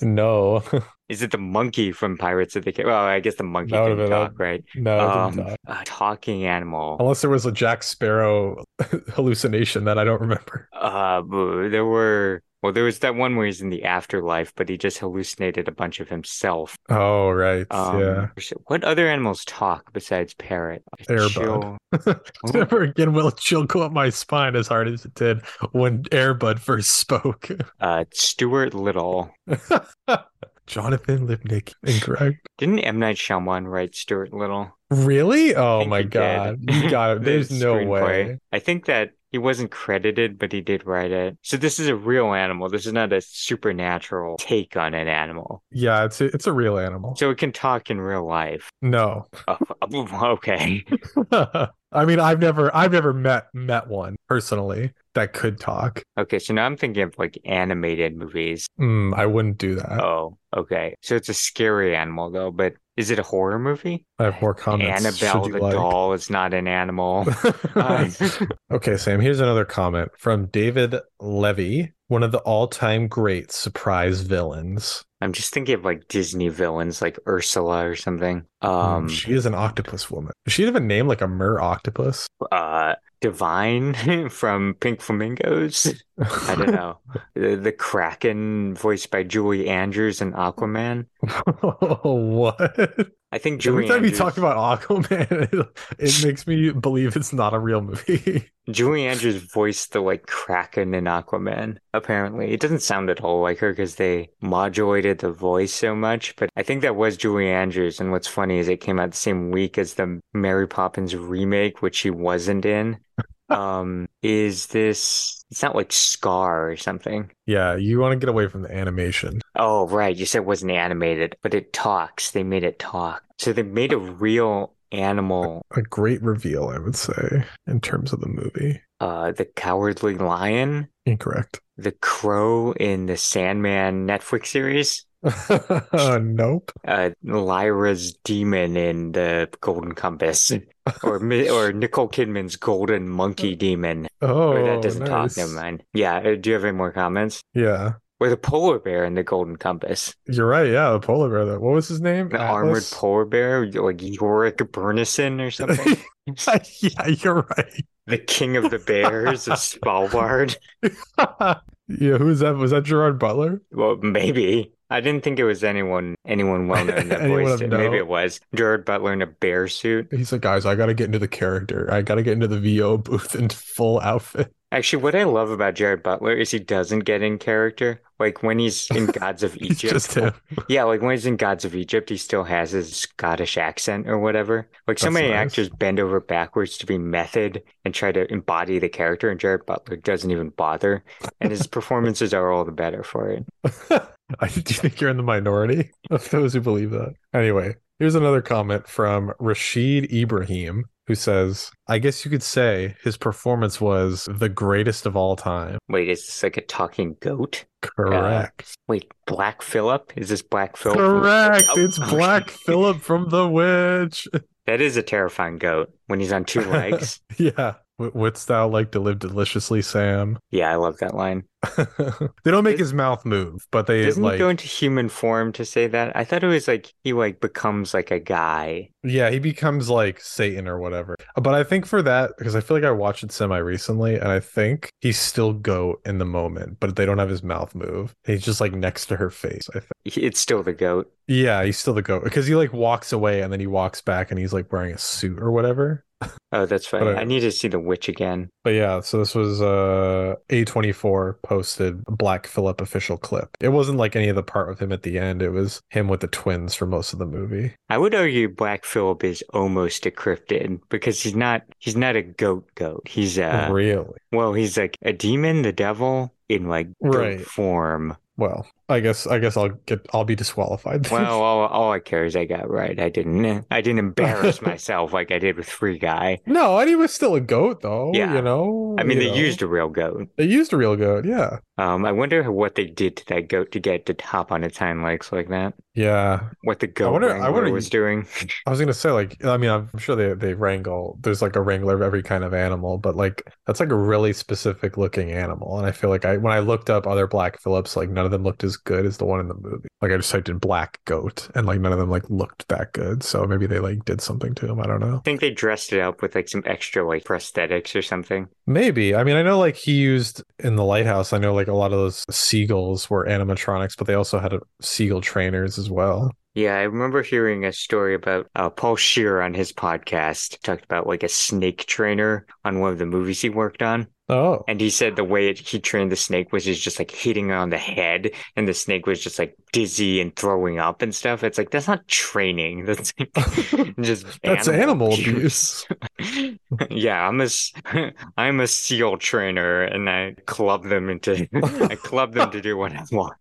[SPEAKER 2] no.
[SPEAKER 1] Is it the monkey from Pirates of the Caribbean? Well, I guess the monkey
[SPEAKER 2] That would've
[SPEAKER 1] didn't
[SPEAKER 2] been a-
[SPEAKER 1] talk, right?
[SPEAKER 2] No, it didn't
[SPEAKER 1] Um,
[SPEAKER 2] die.
[SPEAKER 1] a talking animal.
[SPEAKER 2] Unless there was a Jack Sparrow hallucination that I don't remember.
[SPEAKER 1] Uh, bu- there were well, there was that one where he's in the afterlife, but he just hallucinated a bunch of himself.
[SPEAKER 2] Oh, right.
[SPEAKER 1] Um,
[SPEAKER 2] yeah.
[SPEAKER 1] What other animals talk besides parrot? A
[SPEAKER 2] Airbud.
[SPEAKER 1] chill-
[SPEAKER 2] Never again will a chill go up my spine as hard as it did when Airbud first spoke.
[SPEAKER 1] Uh, Stuart Little.
[SPEAKER 2] Jonathan Lipnick incorrect.
[SPEAKER 1] Didn't M. Night Shyamalan write Stuart Little?
[SPEAKER 2] Really? Oh
[SPEAKER 1] think
[SPEAKER 2] my
[SPEAKER 1] he did.
[SPEAKER 2] god. You got it.
[SPEAKER 1] The
[SPEAKER 2] There's no
[SPEAKER 1] screenplay.
[SPEAKER 2] way.
[SPEAKER 1] I think that he wasn't credited, but he did write it. So this is a real animal. This is not a supernatural take on an animal.
[SPEAKER 2] Yeah, it's a, it's a real animal.
[SPEAKER 1] So it can talk in real life.
[SPEAKER 2] No.
[SPEAKER 1] Oh, okay.
[SPEAKER 2] I mean, I've never I've never met met one personally that could talk.
[SPEAKER 1] Okay, so now I'm thinking of like animated movies.
[SPEAKER 2] Mm, I wouldn't do that.
[SPEAKER 1] Oh, okay. So it's a scary animal though, but is it a horror movie?
[SPEAKER 2] I have more comments.
[SPEAKER 1] Annabelle
[SPEAKER 2] Should
[SPEAKER 1] the
[SPEAKER 2] you like?
[SPEAKER 1] doll is not an animal. Uh,
[SPEAKER 2] Okay, Sam, here's another comment from David Levy, one of the all time great surprise villains.
[SPEAKER 1] I'm just thinking of like Disney villains like Ursula or something. Um
[SPEAKER 2] Mm, she is an octopus woman. Does she have a name like a mer octopus?
[SPEAKER 1] uh Divine from Pink Flamingos. I don't know. the, the Kraken voiced by Julie Andrews in Aquaman.
[SPEAKER 2] what?
[SPEAKER 1] I think Julie
[SPEAKER 2] Every time you
[SPEAKER 1] Andrews
[SPEAKER 2] talk about Aquaman, it, it makes me believe it's not a real movie.
[SPEAKER 1] Julie Andrews voiced the like Kraken in Aquaman, apparently. It doesn't sound at all like her because they modulated the voice so much, but I think that was Julie Andrews. And what's funny is it came out the same week as the Mary Poppins remake, which she wasn't in. Um, is this, it's not like Scar or something.
[SPEAKER 2] yeah, you want to get away from the animation.
[SPEAKER 1] Oh, right. You said it wasn't animated, but it talks. They made it talk. So they made a real animal,
[SPEAKER 2] A great reveal, I would say, in terms of the movie.
[SPEAKER 1] uh, the cowardly lion.
[SPEAKER 2] Incorrect.
[SPEAKER 1] the crow in the Sandman Netflix series,
[SPEAKER 2] nope.
[SPEAKER 1] uh, Lyra's demon in the Golden Compass, or Mi- or Nicole Kidman's Golden Monkey Demon.
[SPEAKER 2] Oh,
[SPEAKER 1] or that doesn't
[SPEAKER 2] nice.
[SPEAKER 1] talk. Never mind. Yeah. uh, Do you have any more comments?
[SPEAKER 2] Yeah.
[SPEAKER 1] Or the polar bear in the Golden Compass,
[SPEAKER 2] You're right. Yeah, the polar bear. That what was his name?
[SPEAKER 1] the armored
[SPEAKER 2] Atlas?
[SPEAKER 1] polar bear, like Yorick Burnison or something.
[SPEAKER 2] yeah, you're right.
[SPEAKER 1] the king of the bears of Svalbard.
[SPEAKER 2] yeah, who is that? Was that Gerard Butler?
[SPEAKER 1] Well, maybe. I didn't think it was anyone anyone well known that
[SPEAKER 2] Anyone
[SPEAKER 1] voiced
[SPEAKER 2] of
[SPEAKER 1] it. Maybe
[SPEAKER 2] note.
[SPEAKER 1] it was Jared Butler in a bear suit.
[SPEAKER 2] He's like, guys, I gotta get into the character. I gotta get into the VO booth in full outfit.
[SPEAKER 1] Actually, what I love about Jared Butler is he doesn't get in character. Like when he's in Gods of
[SPEAKER 2] He's
[SPEAKER 1] Egypt.
[SPEAKER 2] just him.
[SPEAKER 1] Yeah, like when he's in Gods of Egypt, he still has his Scottish accent or whatever. Like so
[SPEAKER 2] That's
[SPEAKER 1] many
[SPEAKER 2] nice.
[SPEAKER 1] actors bend over backwards to be method and try to embody the character, and Jared Butler doesn't even bother. And his performances are all the better for it.
[SPEAKER 2] I do think you're in the minority of those who believe that. Anyway, here's another comment from Rashid Ibrahim, who says, I guess you could say his performance was the greatest of all time.
[SPEAKER 1] Wait, is this like a talking goat?
[SPEAKER 2] Correct.
[SPEAKER 1] Wait, Black Phillip? Is this Black Phillip? from-
[SPEAKER 2] Correct.
[SPEAKER 1] Oh,
[SPEAKER 2] It's
[SPEAKER 1] okay.
[SPEAKER 2] Black Philip from The Witch.
[SPEAKER 1] That is a terrifying goat when he's on two legs.
[SPEAKER 2] yeah. W- Wouldst thou like to live deliciously, Sam?
[SPEAKER 1] yeah, I love that line.
[SPEAKER 2] they don't make
[SPEAKER 1] Is-
[SPEAKER 2] his mouth move, but they
[SPEAKER 1] Doesn't
[SPEAKER 2] like
[SPEAKER 1] he go into human form to say that? I thought it was like he like becomes like a guy.
[SPEAKER 2] Yeah, he becomes like Satan or whatever. But I think for that, because I feel like I watched it semi recently, and I think he's still goat in the moment, but they don't have his mouth move. He's just like next to her face. I think.
[SPEAKER 1] It's still the goat.
[SPEAKER 2] Yeah, he's still the goat because he like walks away and then he walks back and he's like wearing a suit or whatever.
[SPEAKER 1] Oh, that's right.
[SPEAKER 2] But I-
[SPEAKER 1] I need to see the witch again.
[SPEAKER 2] But yeah, so this was uh A24 posted Black Phillip official clip. It wasn't like any of the part with him at the end. It was him with the twins for most of the movie.
[SPEAKER 1] I would argue Black Phillip is almost a cryptid because he's not he's not a goat goat. He's a
[SPEAKER 2] really?
[SPEAKER 1] well, he's like a demon, the devil in like goat
[SPEAKER 2] Right.
[SPEAKER 1] form.
[SPEAKER 2] Well, I guess I guess I'll get I'll be disqualified. then.
[SPEAKER 1] Well, all, all I care is I got right. I didn't eh, I didn't embarrass myself like I did with Free Guy.
[SPEAKER 2] No, and he was still a goat, though.
[SPEAKER 1] Yeah.
[SPEAKER 2] You know,
[SPEAKER 1] I mean,
[SPEAKER 2] you
[SPEAKER 1] they
[SPEAKER 2] know.
[SPEAKER 1] used a real goat.
[SPEAKER 2] they used a real goat. Yeah,
[SPEAKER 1] Um, I wonder what they did to that goat to get it to hop on its hind legs like that.
[SPEAKER 2] yeah.
[SPEAKER 1] What the goat
[SPEAKER 2] wonder- I
[SPEAKER 1] wrangler
[SPEAKER 2] wonder-
[SPEAKER 1] was doing.
[SPEAKER 2] I was gonna say, like, I mean, I'm sure they they wrangle. There's like a wrangler of every kind of animal, but like that's like a really specific looking animal. And I feel like I when I looked up other Black Phillips, like none of them looked as good as the one in the movie. Like I just typed in black goat, and like none of them like looked that good. So maybe they like did something to him. I don't know.
[SPEAKER 1] I think they dressed it up with like some extra like prosthetics or something.
[SPEAKER 2] Maybe. I mean, I know like he used in the lighthouse, I know like a lot of those seagulls were animatronics, but they also had a, seagull trainers as well.
[SPEAKER 1] Yeah, I remember hearing a story about uh, Paul Shear on his podcast talked about like a snake trainer on one of the movies he worked on,
[SPEAKER 2] Oh,
[SPEAKER 1] and he said the way it, he trained the snake was he's just like hitting it on the head, and the snake was just like dizzy and throwing up and stuff. It's like that's not training. That's like, just
[SPEAKER 2] That's animal
[SPEAKER 1] abuse. yeah, I'm a s- I'm a seal trainer, and I club them into I club them to do what I want.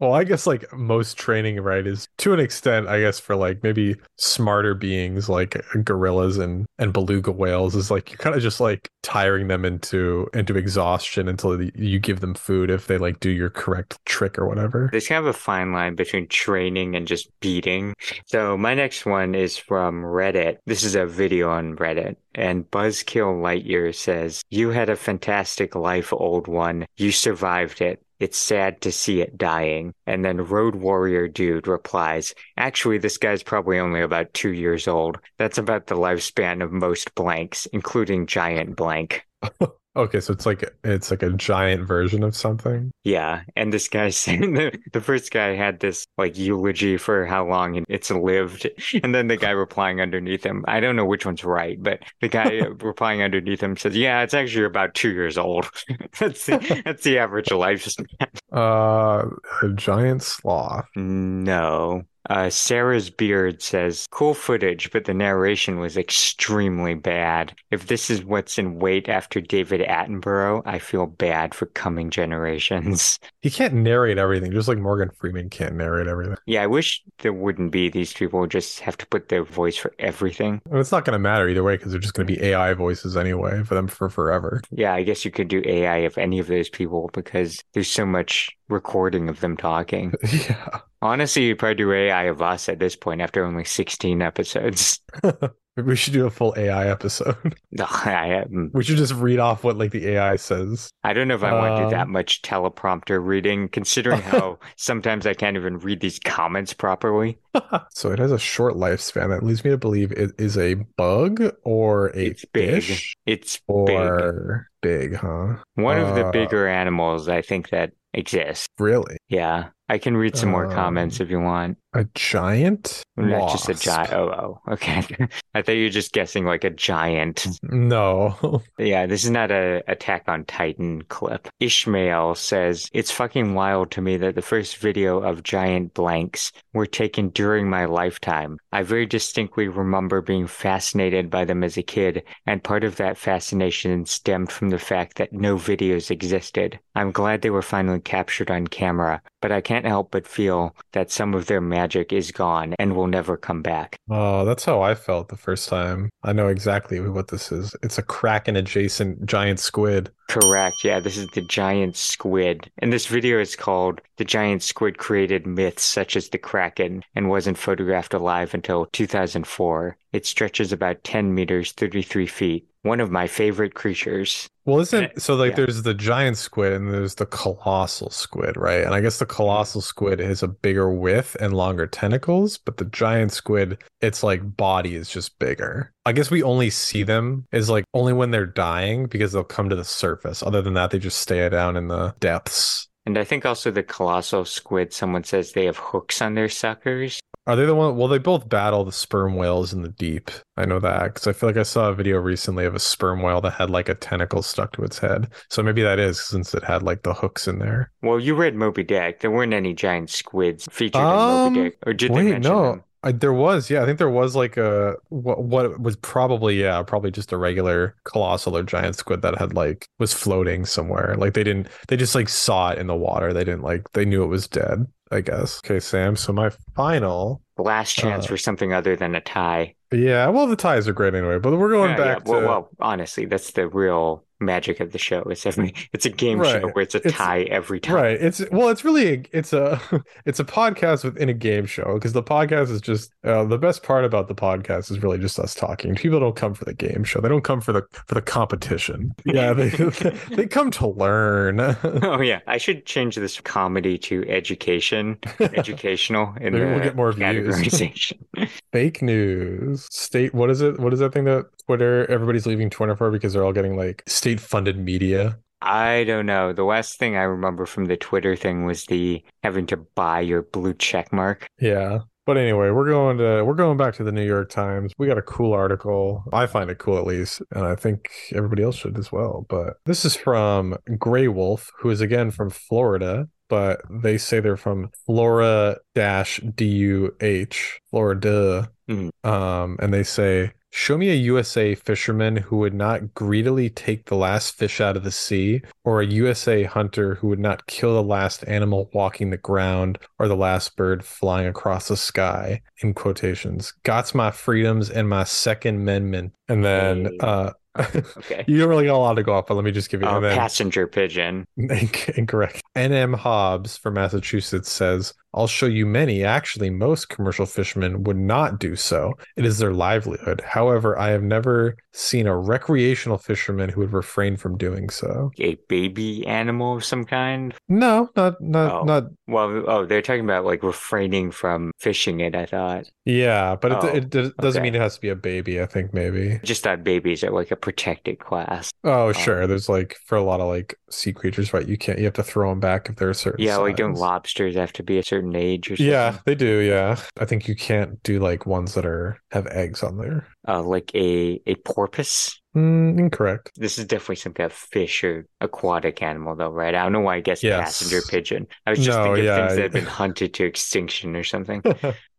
[SPEAKER 2] well, I guess like most training, right, is to an extent, I guess, for like maybe smarter beings like uh, gorillas and and beluga whales is like you're kind of just like tiring them into into exhaustion until the- you give them food if they like do your correct trick or whatever.
[SPEAKER 1] There's kind of a fine line between training and just beating. So my next one is from Reddit. This is a video on Reddit. And Buzzkill Lightyear says, You had a fantastic life, old one. You survived it. It's sad to see it dying. And then Road Warrior Dude replies, Actually, this guy's probably only about two years old. That's about the lifespan of most blanks, including Giant Blank.
[SPEAKER 2] Okay, so it's like it's like a giant version of something.
[SPEAKER 1] Yeah, and this guy saying the, the first guy had this like eulogy for how long it's lived, and then the guy replying underneath him, I don't know which one's right, but the guy replying underneath him says, "Yeah, it's actually about two years old. that's the, that's the average life."
[SPEAKER 2] Uh, a giant sloth.
[SPEAKER 1] No. Uh, Sarah's beard says, cool footage, but the narration was extremely bad. If this is what's in wait after David Attenborough, I feel bad for coming generations.
[SPEAKER 2] He can't narrate everything, just like Morgan Freeman can't narrate everything.
[SPEAKER 1] Yeah, I wish there wouldn't be these people who just have to put their voice for everything.
[SPEAKER 2] And it's not going to matter either way because they're just going to be AI voices anyway for them for forever.
[SPEAKER 1] Yeah, I guess you could do AI of any of those people because there's so much recording of them talking.
[SPEAKER 2] yeah.
[SPEAKER 1] Honestly, you'd probably do AI of us at this point after only 16 episodes.
[SPEAKER 2] Maybe we should do a full AI episode.
[SPEAKER 1] Ugh, I, um,
[SPEAKER 2] we should just read off what like the AI says.
[SPEAKER 1] I don't know if I want to do that
[SPEAKER 2] Um.
[SPEAKER 1] much teleprompter reading, considering how sometimes I can't even read these comments properly.
[SPEAKER 2] so it has a short lifespan that leads me to believe it is a bug or a
[SPEAKER 1] It's big.
[SPEAKER 2] fish
[SPEAKER 1] It's big.
[SPEAKER 2] or big. huh?
[SPEAKER 1] One of the
[SPEAKER 2] uh,
[SPEAKER 1] bigger animals I think that exists.
[SPEAKER 2] Really?
[SPEAKER 1] Yeah, I can read some more
[SPEAKER 2] Um,
[SPEAKER 1] comments if you want.
[SPEAKER 2] I A giant?
[SPEAKER 1] Not just a
[SPEAKER 2] wasp.
[SPEAKER 1] giant. Oh, oh, okay. I thought you were just guessing like a giant.
[SPEAKER 2] No.
[SPEAKER 1] Yeah, this is not a Attack on Titan clip. Ishmael says, It's fucking wild to me that the first video of giant blanks were taken during my lifetime. I very distinctly remember being fascinated by them as a kid, and part of that fascination stemmed from the fact that no videos existed. I'm glad they were finally captured on camera, but I can't help but feel that some of their magic is gone and will never come back.
[SPEAKER 2] Oh, that's how I felt the first time. I know exactly what this is. It's a kraken adjacent giant squid.
[SPEAKER 1] Correct. Yeah, this is the giant squid. And this video is called The Giant Squid Created Myths Such as the Kraken and wasn't photographed alive until 2004. It stretches about 10 meters, 33 feet. One of my favorite creatures.
[SPEAKER 2] Well, isn't so like
[SPEAKER 1] yeah.
[SPEAKER 2] there's the giant squid and there's the colossal squid, right? And I guess the colossal squid has a bigger width and longer tentacles, but the giant squid, its like body is just bigger. I guess we only see them is like only when they're dying because they'll come to the surface. Other than that, they just stay down in the depths.
[SPEAKER 1] And I think also the colossal squid, someone says they have hooks on their suckers.
[SPEAKER 2] Are they the one? Well, they both battle the sperm whales in the deep. I know that because I feel like I saw a video recently of a sperm whale that had like a tentacle stuck to its head. So maybe that is since it had like the hooks in there.
[SPEAKER 1] Well, you read Moby Dick. There weren't any giant squids featured in
[SPEAKER 2] Um,
[SPEAKER 1] Moby Dick. Or did they
[SPEAKER 2] Wait,
[SPEAKER 1] mention
[SPEAKER 2] no.
[SPEAKER 1] them?
[SPEAKER 2] I, there was, yeah, I think there was like a what what was probably yeah, probably just a regular colossal or giant squid that had like was floating somewhere. Like they didn't they just like saw it in the water. They didn't like they knew it was dead, I guess. Okay, Sam, so my final
[SPEAKER 1] Last chance
[SPEAKER 2] Uh,
[SPEAKER 1] for something other than a tie.
[SPEAKER 2] yeah, well the ties are great anyway, but we're going
[SPEAKER 1] Yeah, yeah.
[SPEAKER 2] back
[SPEAKER 1] well,
[SPEAKER 2] to
[SPEAKER 1] well, honestly, that's the real magic of the show. It's every, it's a game
[SPEAKER 2] Right.
[SPEAKER 1] show where it's a
[SPEAKER 2] It's-
[SPEAKER 1] tie every time.
[SPEAKER 2] Right. It's well, it's really a, it's a it's a podcast within a game show because the podcast is just uh, the best part about the podcast is really just us talking. People don't come for the game show. They don't come for the for the competition. Yeah, they they come to learn.
[SPEAKER 1] Oh yeah, I should change this comedy to education, educational, and
[SPEAKER 2] Maybe we'll get more views.
[SPEAKER 1] categorization.
[SPEAKER 2] Fake news. State what is it? What is that thing that Twitter everybody's leaving Twitter for because they're all getting like state funded media.
[SPEAKER 1] I don't know. The last thing I remember from the Twitter thing was the having to buy your blue check mark.
[SPEAKER 2] Yeah. But anyway, we're going to we're going back to the New York Times. We got a cool article. I find it cool at least, and I think everybody else should as well. But this is from Grey Wolf, who is again from Florida, but they say they're from Flora dash D U H, Florida.
[SPEAKER 1] Mm.
[SPEAKER 2] Um, and they say, Show me a USA fisherman who would not greedily take the last fish out of the sea, or a USA hunter who would not kill the last animal walking the ground or the last bird flying across the sky. In quotations, Got's my freedoms and my Second Amendment. And then,
[SPEAKER 1] Hey.
[SPEAKER 2] uh,
[SPEAKER 1] Okay.
[SPEAKER 2] you don't really got a lot to go off, but let me just give you.
[SPEAKER 1] Oh,
[SPEAKER 2] and then,
[SPEAKER 1] passenger pigeon.
[SPEAKER 2] Incorrect. N.M. Hobbs from Massachusetts says, I'll show you many, actually, most commercial fishermen would not do so. It is their livelihood. However, I have never seen a recreational fisherman who would refrain from doing so.
[SPEAKER 1] A baby animal of some kind?
[SPEAKER 2] No, not, not,
[SPEAKER 1] Oh.
[SPEAKER 2] not.
[SPEAKER 1] Well, oh, they're talking about like refraining from fishing it, I thought.
[SPEAKER 2] Yeah, but it,
[SPEAKER 1] Oh,
[SPEAKER 2] it do- doesn't
[SPEAKER 1] okay.
[SPEAKER 2] mean it has to be a baby, I think, maybe.
[SPEAKER 1] Just thought babies are like a protected class.
[SPEAKER 2] Oh, sure. There's like, for a lot of like sea creatures, right? You can't, you have to throw them back if they're a certain
[SPEAKER 1] Yeah, like don't
[SPEAKER 2] size.
[SPEAKER 1] lobsters have to be a certain age or something?
[SPEAKER 2] Yeah, they do. Yeah, I think you can't do like ones that are have eggs on there.
[SPEAKER 1] Uh, like a a porpoise.
[SPEAKER 2] Mm, incorrect.
[SPEAKER 1] This is definitely some kind of fish or aquatic animal, though, right? I don't know why I guessed
[SPEAKER 2] Yes.
[SPEAKER 1] passenger pigeon. I was just
[SPEAKER 2] No,
[SPEAKER 1] thinking of
[SPEAKER 2] yeah,
[SPEAKER 1] things that
[SPEAKER 2] I-
[SPEAKER 1] have been hunted to extinction or something.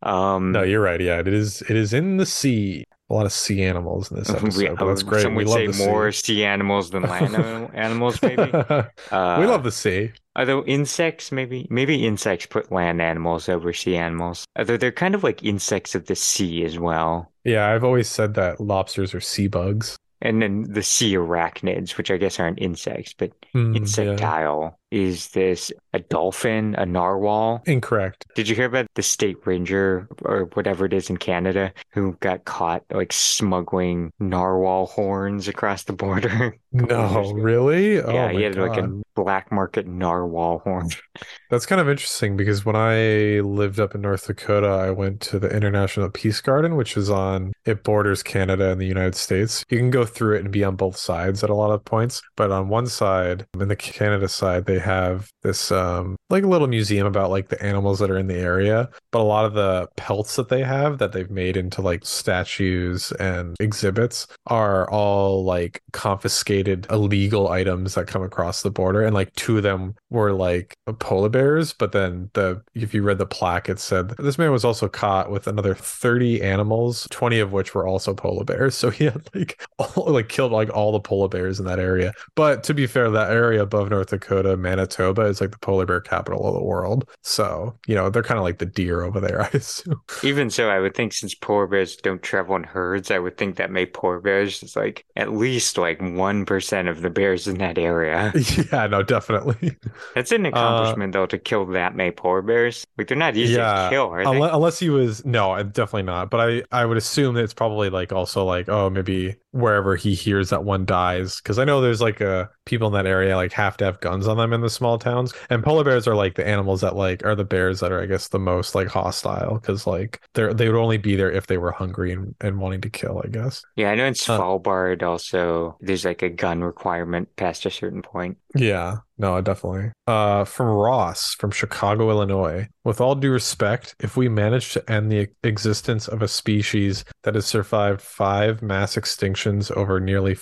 [SPEAKER 1] Um,
[SPEAKER 2] no, you're right. Yeah, it is. It is in the sea. A lot of sea animals in this episode.
[SPEAKER 1] we-
[SPEAKER 2] but that's
[SPEAKER 1] uh,
[SPEAKER 2] great.
[SPEAKER 1] Some
[SPEAKER 2] We
[SPEAKER 1] would
[SPEAKER 2] love
[SPEAKER 1] say
[SPEAKER 2] the sea.
[SPEAKER 1] more sea animals than land anim- animals, maybe. Uh,
[SPEAKER 2] we love the sea.
[SPEAKER 1] Although insects, maybe maybe insects put land animals over sea animals. Although they're kind of like insects of the sea as well.
[SPEAKER 2] Yeah, I've always said that lobsters are sea bugs.
[SPEAKER 1] And then the sea arachnids, which I guess aren't insects, but
[SPEAKER 2] Mm, yeah.
[SPEAKER 1] insectile. Is this a dolphin, a narwhal?
[SPEAKER 2] Incorrect.
[SPEAKER 1] Did you hear about the state ranger or whatever it is in Canada who got caught like smuggling narwhal horns across the border?
[SPEAKER 2] No, really? Oh
[SPEAKER 1] yeah,
[SPEAKER 2] my
[SPEAKER 1] he had like
[SPEAKER 2] God.
[SPEAKER 1] a black market narwhal horn.
[SPEAKER 2] That's kind of interesting because when I lived up in North Dakota, I went to the International Peace Garden, which is on, it borders Canada and the United States. You can go through it and be on both sides at a lot of points. But on one side, in the Canada side, they they have this um like a little museum about like the animals that are in the area, but a lot of the pelts that they have that they've made into like statues and exhibits are all like confiscated illegal items that come across the border and like two of them were like polar bears, but then the if you read the plaque it said this man was also caught with another 30 animals, 20 of which were also polar bears. So he had like all like killed like all the polar bears in that area. But to be fair, that area above North Dakota, Manitoba is like the polar bear capital of the world. So, you know, they're kind of like the deer over there, I assume.
[SPEAKER 1] Even so, I would think since polar bears don't travel in herds, I would think that made polar bears is like at least like 1% of the bears in that area.
[SPEAKER 2] yeah, no, definitely.
[SPEAKER 1] That's
[SPEAKER 2] Uh,
[SPEAKER 1] an accomplishment, though, to kill that many polar bears. Like, they're not easy
[SPEAKER 2] Yeah. Uh,
[SPEAKER 1] to kill, are they?
[SPEAKER 2] Unle- Unless he was no, I- definitely not. But I I would assume that it's probably like also like oh maybe wherever he hears that one dies because I know there's like uh people in that area like have to have guns on them in the small towns and polar bears are like the animals that like are the bears that are I guess the most like hostile because like they're they would only be there if they were hungry and, and wanting to kill I guess
[SPEAKER 1] yeah, I know in
[SPEAKER 2] Uh.
[SPEAKER 1] Svalbard also, there's like a gun requirement past a certain point.
[SPEAKER 2] Yeah, no, definitely. Uh, from Ross from Chicago, Illinois. With all due respect, if we manage to end the existence of a species that has survived five mass extinctions over nearly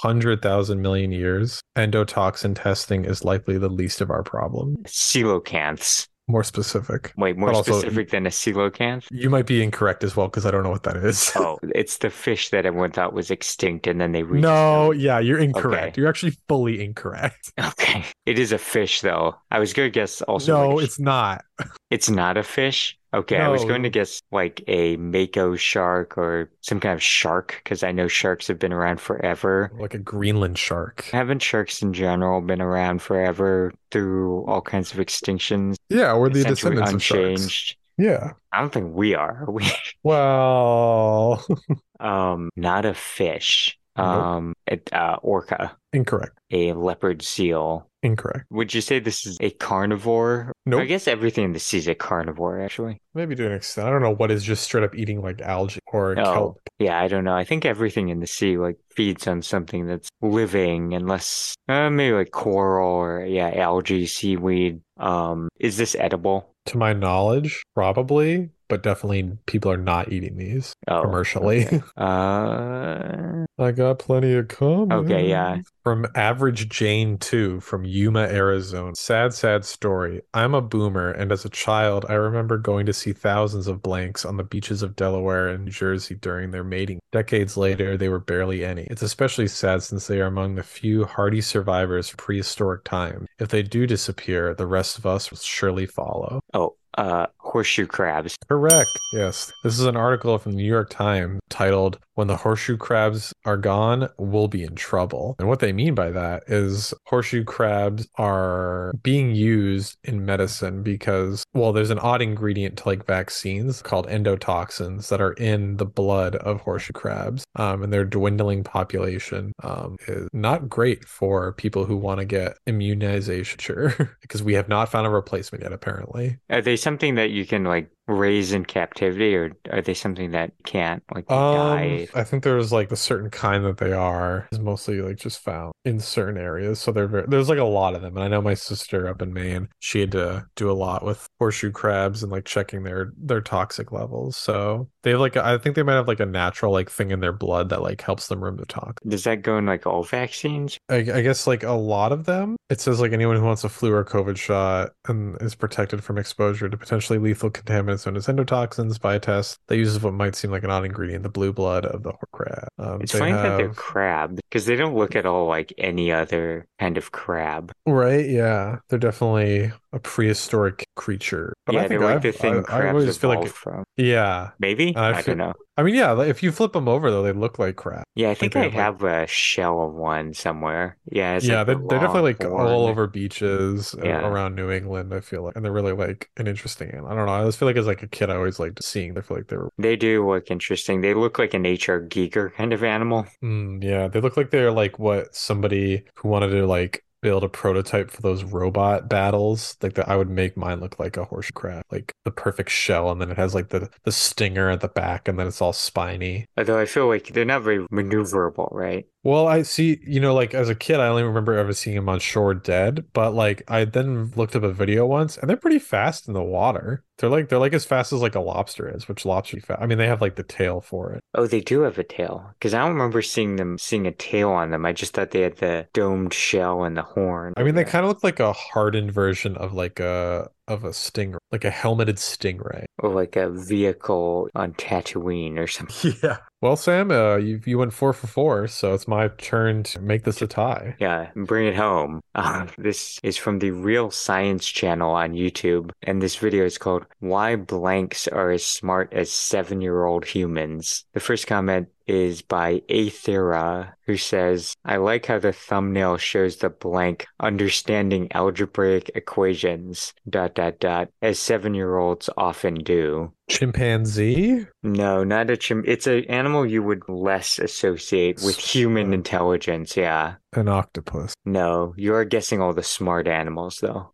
[SPEAKER 2] 500,000 million years, endotoxin testing is likely the least of our problem.
[SPEAKER 1] Coelacanths.
[SPEAKER 2] More specific.
[SPEAKER 1] Wait, more
[SPEAKER 2] But also-
[SPEAKER 1] specific than a coelacanth?
[SPEAKER 2] You might be incorrect as well because I don't know what that is.
[SPEAKER 1] Oh, it's the fish that everyone thought was extinct and then they rediscovered
[SPEAKER 2] No, yeah, you're incorrect.
[SPEAKER 1] Okay.
[SPEAKER 2] You're actually fully incorrect.
[SPEAKER 1] Okay. It is a fish, though. I was going to guess also.
[SPEAKER 2] No,
[SPEAKER 1] like,
[SPEAKER 2] it's not.
[SPEAKER 1] it's not a fish. Okay. I was
[SPEAKER 2] No.
[SPEAKER 1] going to guess like a mako shark or some kind of shark because I know sharks have been around forever.
[SPEAKER 2] Like a Greenland shark.
[SPEAKER 1] Haven't sharks in general been around forever through all kinds of extinctions?
[SPEAKER 2] Yeah, we're the
[SPEAKER 1] essentially
[SPEAKER 2] descendants of sharks.
[SPEAKER 1] unchanged.
[SPEAKER 2] Yeah.
[SPEAKER 1] I don't think we are. Are We
[SPEAKER 2] Well,
[SPEAKER 1] um not a fish.
[SPEAKER 2] Nope.
[SPEAKER 1] Um, it, uh, orca,
[SPEAKER 2] incorrect.
[SPEAKER 1] a leopard seal.
[SPEAKER 2] Incorrect.
[SPEAKER 1] Would you say this is a carnivore? I
[SPEAKER 2] Nope.
[SPEAKER 1] guess everything in the sea is a carnivore, actually.
[SPEAKER 2] Maybe to an extent. I don't know what is just straight up eating like algae or
[SPEAKER 1] Oh,
[SPEAKER 2] kelp.
[SPEAKER 1] yeah, I don't know. I think everything in the sea like feeds on something that's living, unless uh, maybe like coral or yeah, algae, seaweed. Um, is this edible?
[SPEAKER 2] To my knowledge, probably, but definitely people are not eating these
[SPEAKER 1] Oh,
[SPEAKER 2] commercially.
[SPEAKER 1] okay. Uh,
[SPEAKER 2] I got plenty of eh? comments.
[SPEAKER 1] Okay, yeah.
[SPEAKER 2] From Average Jane 2 from Yuma, Arizona. Sad, sad story. I'm a boomer, and as a child, I remember going to see thousands of blanks on the beaches of Delaware and New Jersey during their mating. Decades later, they were barely any. It's especially sad since they are among the few hardy survivors from prehistoric time. If they do disappear, the rest of us will surely follow.
[SPEAKER 1] oh, uh, horseshoe crabs.
[SPEAKER 2] Correct. Yes. This is an article from the New York Times titled, When the Horseshoe Crabs Are Gone, We'll Be in Trouble. And what they mean by that is horseshoe crabs are being used in medicine because, well, there's an odd ingredient to like vaccines called endotoxins that are in the blood of horseshoe crabs. Um, and their dwindling population um, is not great for people who want to get immunization sure, because we have not found a replacement yet, apparently.
[SPEAKER 1] Are they something that you can like raise in captivity, or are they something that can't like they
[SPEAKER 2] Um,
[SPEAKER 1] die?
[SPEAKER 2] I think there's like a certain kind that they are is mostly like just found in certain areas. So they're very, there's like a lot of them. And I know my sister up in Maine, she had to do a lot with horseshoe crabs and like checking their their toxic levels. So they have like I think they might have like a natural like thing in their blood that like helps them remove toxins.
[SPEAKER 1] Does that go in like all vaccines?
[SPEAKER 2] I, I guess like a lot of them, it says like anyone who wants a flu or COVID shot and is protected from exposure to potentially lethal contaminants known as endotoxins by a test that uses what might seem like an odd ingredient, the blue blood of the horse crab. Um,
[SPEAKER 1] It's
[SPEAKER 2] they
[SPEAKER 1] funny that they're
[SPEAKER 2] have-
[SPEAKER 1] crab because they don't look at all like any other kind of crab.
[SPEAKER 2] right, yeah, they're definitely a prehistoric creature. But
[SPEAKER 1] yeah,
[SPEAKER 2] I think
[SPEAKER 1] they're like
[SPEAKER 2] I've-
[SPEAKER 1] the thing
[SPEAKER 2] I, I
[SPEAKER 1] crabs
[SPEAKER 2] always feel like,
[SPEAKER 1] evolved from.
[SPEAKER 2] yeah,
[SPEAKER 1] Maybe
[SPEAKER 2] I
[SPEAKER 1] I,
[SPEAKER 2] feel-
[SPEAKER 1] don't know.
[SPEAKER 2] I mean, yeah, like, if you flip them over though, they look like crab.
[SPEAKER 1] Yeah, I think
[SPEAKER 2] they
[SPEAKER 1] I
[SPEAKER 2] have, like-
[SPEAKER 1] have a shell of one somewhere. Yeah, it's
[SPEAKER 2] yeah,
[SPEAKER 1] like
[SPEAKER 2] they're,
[SPEAKER 1] the
[SPEAKER 2] they're definitely like
[SPEAKER 1] long
[SPEAKER 2] all
[SPEAKER 1] horn.
[SPEAKER 2] over beaches a-
[SPEAKER 1] Yeah.
[SPEAKER 2] around New England, I feel like. And they're really like an interesting animal. I don't know. I always feel like as like a kid, I always liked seeing. them. I feel like they were,
[SPEAKER 1] They do look interesting. They look like an HR Giger kind of animal.
[SPEAKER 2] mm, yeah, they look like they're like what somebody who wanted to like build a prototype for those robot battles like that i would make mine look like a horsecraft like the perfect shell and then it has like the the stinger at the back and then it's all spiny
[SPEAKER 1] Although I feel like they're not very maneuverable, right?
[SPEAKER 2] well i see you know like as a kid i only remember ever seeing them on shore dead but like i then looked up a video once and they're pretty fast in the water they're like they're like as fast as like a lobster is which lobster fast i mean they have like the tail for it
[SPEAKER 1] Oh, they do have a tail. Because I don't remember seeing them seeing a tail on them. I just thought they had the domed shell and the horn.
[SPEAKER 2] i mean they kind of look like a hardened version of like a of a stingray like a helmeted stingray
[SPEAKER 1] or like a vehicle on Tatooine or something.
[SPEAKER 2] Yeah. Well, Sam, uh, you you went four for four, so it's my turn to make this a tie.
[SPEAKER 1] Yeah, bring it home. Um, this is from the Real Science Channel on YouTube, and this video is called Why Blanks Are as Smart as Seven Year Old Humans. The first comment is by Aethera, who says, I like how the thumbnail shows the blank understanding algebraic equations, dot, dot, dot, as seven year olds often do.
[SPEAKER 2] Chimpanzee?
[SPEAKER 1] No, not a chim. It's an animal you would less associate with human
[SPEAKER 2] Smart.
[SPEAKER 1] intelligence. Yeah.
[SPEAKER 2] An octopus.
[SPEAKER 1] No, you're guessing all the smart animals, though.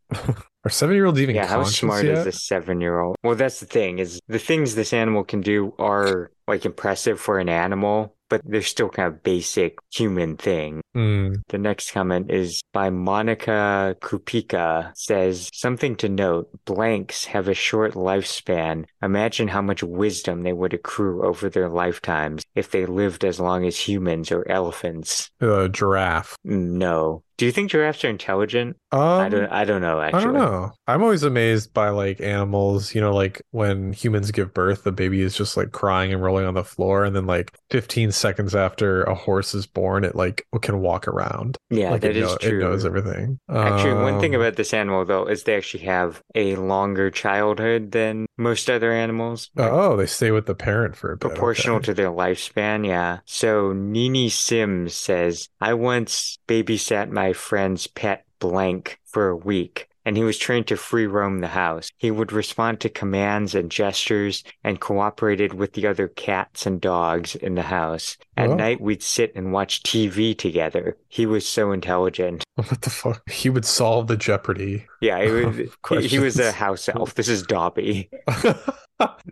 [SPEAKER 2] Are seven year olds even
[SPEAKER 1] yeah, how
[SPEAKER 2] conscious
[SPEAKER 1] smart
[SPEAKER 2] yet?
[SPEAKER 1] is a seven-year-old? Well, that's the thing is the things this animal can do are like impressive for an animal, but they're still kind of basic human thing.
[SPEAKER 2] Hmm.
[SPEAKER 1] The next comment is by Monica Kupika says something to note blanks have a short lifespan. Imagine how much wisdom they would accrue over their lifetimes if they lived as long as humans or elephants. Mm,
[SPEAKER 2] Uh, giraffe.
[SPEAKER 1] No. Do you think giraffes are intelligent?
[SPEAKER 2] Um,
[SPEAKER 1] I don't I don't know actually.
[SPEAKER 2] I don't know. I'm always amazed by like animals, you know, like when humans give birth, the baby is just like crying and rolling on the floor. And then like 15 seconds after a horse is born, it like can walk around.
[SPEAKER 1] Yeah,
[SPEAKER 2] like
[SPEAKER 1] that
[SPEAKER 2] it,
[SPEAKER 1] is
[SPEAKER 2] know-
[SPEAKER 1] true.
[SPEAKER 2] it knows everything.
[SPEAKER 1] Actually, one thing
[SPEAKER 2] Um,
[SPEAKER 1] about this animal though is they actually have a longer childhood than most other animals. Like,
[SPEAKER 2] Oh, they stay with the parent for a bit.
[SPEAKER 1] proportional
[SPEAKER 2] okay.
[SPEAKER 1] to their lifespan. Yeah. So Nini Sims says, I once babysat my friend's pet blank for a week. And he was trained to free roam the house. He would respond to commands and gestures and cooperated with the other cats and dogs in the house. At
[SPEAKER 2] Wow.
[SPEAKER 1] night, we'd sit and watch TV together. He was so intelligent.
[SPEAKER 2] What the fuck? He would solve the Jeopardy.
[SPEAKER 1] Yeah, it was, he, he was a
[SPEAKER 2] Questions.
[SPEAKER 1] house elf. This is Dobby.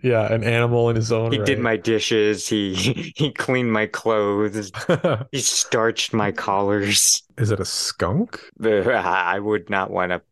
[SPEAKER 2] yeah, an animal in his own
[SPEAKER 1] He did
[SPEAKER 2] right.
[SPEAKER 1] my dishes. He he cleaned my clothes. He starched my collars.
[SPEAKER 2] Is it a skunk?
[SPEAKER 1] The- I would not want to.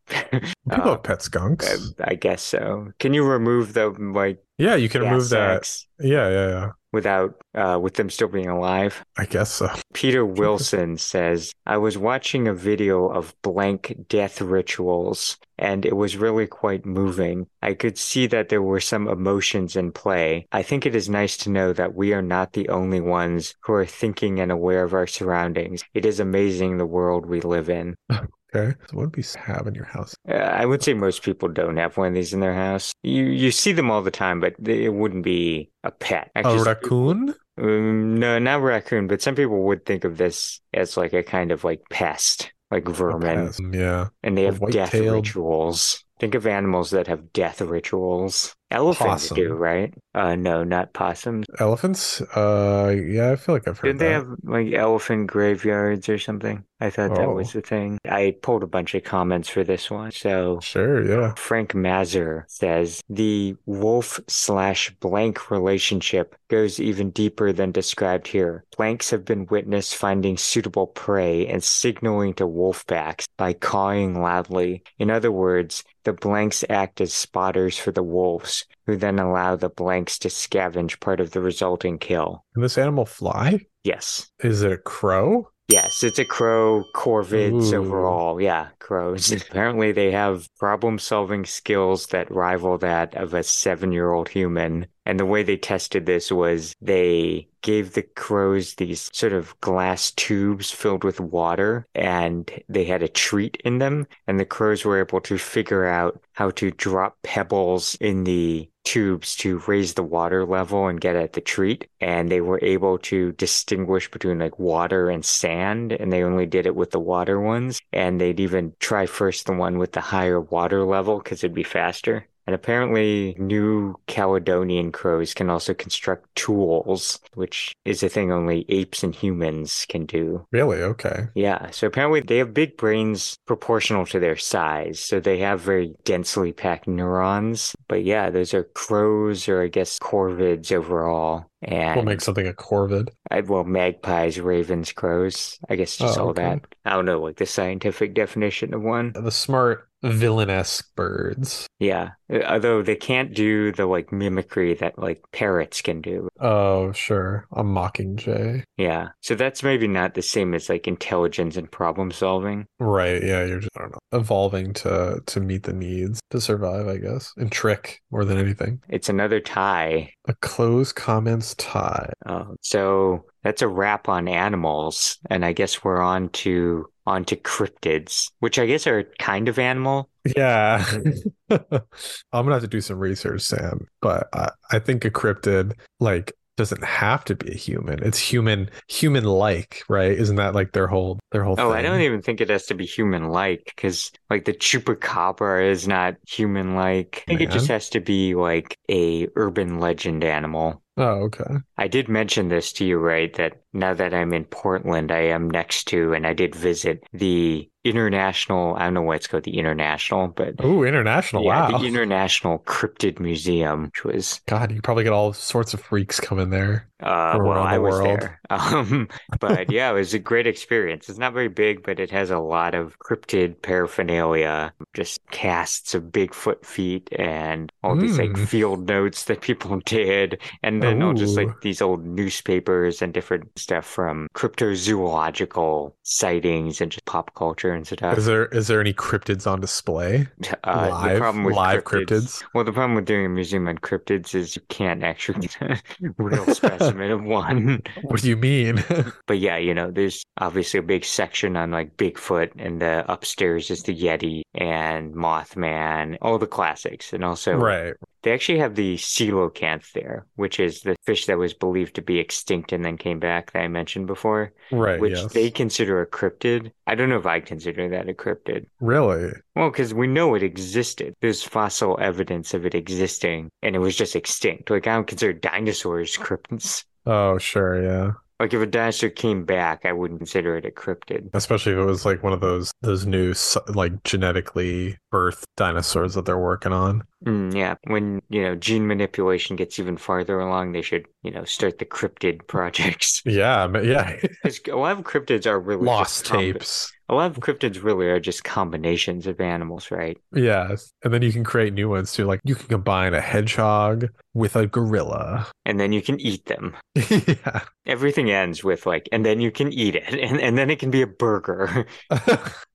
[SPEAKER 2] People have pet skunks.
[SPEAKER 1] I guess so. Can you remove the like
[SPEAKER 2] yeah, you can
[SPEAKER 1] gas
[SPEAKER 2] remove that.
[SPEAKER 1] sacks
[SPEAKER 2] Yeah, yeah, yeah.
[SPEAKER 1] without uh, with them still being alive?
[SPEAKER 2] I guess so.
[SPEAKER 1] Peter Wilson says, I was watching a video of blank death rituals, and it was really quite moving. I could see that there were some emotions in play. I think it is nice to know that we are not the only ones who are thinking and aware of our surroundings. It is amazing the world we live in.
[SPEAKER 2] Okay. So what do we have in your house?
[SPEAKER 1] Uh, I would say most people don't have one of these in their house. You you see them all the time, but it wouldn't be a pet.
[SPEAKER 2] A
[SPEAKER 1] Actually,
[SPEAKER 2] Oh, raccoon?
[SPEAKER 1] um, no, not raccoon, but some people would think of this as like a kind of like pest, like vermin,
[SPEAKER 2] Yes, Yeah.
[SPEAKER 1] and they
[SPEAKER 2] A
[SPEAKER 1] have death
[SPEAKER 2] white-tailed-
[SPEAKER 1] rituals. Think of animals that have death rituals. Elephants
[SPEAKER 2] Possum.
[SPEAKER 1] do, right? Uh, no, not possums.
[SPEAKER 2] Elephants? Uh yeah, I feel like I've
[SPEAKER 1] Did
[SPEAKER 2] heard
[SPEAKER 1] they
[SPEAKER 2] that.
[SPEAKER 1] have like elephant graveyards or something? I thought that was
[SPEAKER 2] Oh.
[SPEAKER 1] the thing. I pulled a bunch of comments for this one, so
[SPEAKER 2] Sure, yeah.
[SPEAKER 1] Frank Mazur says the wolf slash blank relationship goes even deeper than described here. Blanks have been witnessed finding suitable prey and signaling to wolf packs by cawing loudly. In other words, the blanks act as spotters for the wolves, who then allow the blanks to scavenge part of the resulting kill.
[SPEAKER 2] Can this animal fly?
[SPEAKER 1] Yes.
[SPEAKER 2] Is it a crow?
[SPEAKER 1] Yes, it's a crow, corvids
[SPEAKER 2] Ooh.
[SPEAKER 1] overall. Yeah, crows. Apparently, they have problem solving skills that rival that of a seven year old human. And the way they tested this was they gave the crows these sort of glass tubes filled with water, and they had a treat in them. And the crows were able to figure out how to drop pebbles in the tubes to raise the water level and get at the treat and they were able to distinguish between like water and sand and they only did it with the water ones and they'd even try first the one with the higher water level because it'd be faster And apparently, New Caledonian crows can also construct tools, which is a thing only apes and humans can do.
[SPEAKER 2] Really? Okay.
[SPEAKER 1] Yeah, so apparently they have big brains proportional to their size. So they have very densely packed neurons. But yeah, those are crows or I guess corvids overall. And
[SPEAKER 2] What makes something a corvid?
[SPEAKER 1] I, well, magpies, ravens, crows. I guess just
[SPEAKER 2] Oh,
[SPEAKER 1] all
[SPEAKER 2] okay.
[SPEAKER 1] that. I don't know, like the scientific definition of one.
[SPEAKER 2] The smart villain-esque birds.
[SPEAKER 1] Yeah. uh, Although they can't do the like mimicry that like parrots can do.
[SPEAKER 2] Oh, sure. A mockingjay.
[SPEAKER 1] Yeah. So that's maybe not the same as like intelligence and problem solving.
[SPEAKER 2] Right, yeah, you're just I don't know, evolving to to meet the needs to survive, I guess, and trick more than anything.
[SPEAKER 1] It's another tie.
[SPEAKER 2] A close comments tie.
[SPEAKER 1] Uh, so that's a wrap on animals, and I guess we're on to on to cryptids, which I guess are a kind of animal.
[SPEAKER 2] Yeah. I'm gonna have to do some research, Sam, but I, I think a cryptid like doesn't have to be a human. It's human human like, right? Isn't that like their whole their whole
[SPEAKER 1] Oh, I
[SPEAKER 2] thing?
[SPEAKER 1] don't even think it has to be human-like because like the chupacabra is not human-like. I think it just
[SPEAKER 2] Man.
[SPEAKER 1] has to be like a urban legend animal.
[SPEAKER 2] Oh, okay.
[SPEAKER 1] I did mention this to you, right? That now that I'm in Portland, I am next to, and I did visit the international. I don't know why it's called the international, but
[SPEAKER 2] Oh, international.
[SPEAKER 1] yeah,
[SPEAKER 2] wow.
[SPEAKER 1] the International Cryptid Museum, which was
[SPEAKER 2] God, you probably get all sorts of freaks coming there.
[SPEAKER 1] Uh,
[SPEAKER 2] from
[SPEAKER 1] well,
[SPEAKER 2] around
[SPEAKER 1] I
[SPEAKER 2] the
[SPEAKER 1] was
[SPEAKER 2] world.
[SPEAKER 1] there. Um, but yeah, it was a great experience. It's not very big, but it has a lot of cryptid paraphernalia, just casts of Bigfoot feet and all these like
[SPEAKER 2] Mm.
[SPEAKER 1] field notes that people did, and then all just
[SPEAKER 2] Ooh.
[SPEAKER 1] like these old newspapers and different stuff from cryptozoological sightings and just pop culture and stuff.
[SPEAKER 2] Is there is there any cryptids on display?
[SPEAKER 1] Uh, the
[SPEAKER 2] live
[SPEAKER 1] problem with
[SPEAKER 2] live
[SPEAKER 1] cryptids.
[SPEAKER 2] cryptids.
[SPEAKER 1] Well, the problem with doing a museum on cryptids is you can't actually get a real specimen of one.
[SPEAKER 2] What do you mean?
[SPEAKER 1] But yeah, you know, there's obviously a big section on like Bigfoot, and the upstairs is the Yeti and Mothman, all the classics. And also,
[SPEAKER 2] right.
[SPEAKER 1] they actually have the coelacanth there, which is the fish that was believed to be extinct and then came back that I mentioned before,
[SPEAKER 2] Right.
[SPEAKER 1] which
[SPEAKER 2] Uh, yes.
[SPEAKER 1] they consider a cryptid. I don't know if I consider that a cryptid.
[SPEAKER 2] Really?
[SPEAKER 1] Well, because we know it existed. There's fossil evidence of it existing, and it was just extinct. Like, I don't consider dinosaurs cryptids.
[SPEAKER 2] Oh, sure, yeah.
[SPEAKER 1] Like if a dinosaur came back, I wouldn't consider it a cryptid.
[SPEAKER 2] Especially if it was like one of those those new s- like genetically birthed dinosaurs that they're working on.
[SPEAKER 1] Mm, yeah, when you know gene manipulation gets even farther along, they should you know start the cryptid projects.
[SPEAKER 2] Yeah, ma- yeah.
[SPEAKER 1] 'Cause a lot of cryptids are really
[SPEAKER 2] Lost
[SPEAKER 1] just combi-
[SPEAKER 2] tapes.
[SPEAKER 1] A lot of cryptids really are just combinations of animals, right?
[SPEAKER 2] Yeah, and then you can create new ones too. Like you can combine a hedgehog with a gorilla.
[SPEAKER 1] And then you can eat them.
[SPEAKER 2] yeah.
[SPEAKER 1] Everything ends with like, and then you can eat it, and, and then it can be a burger.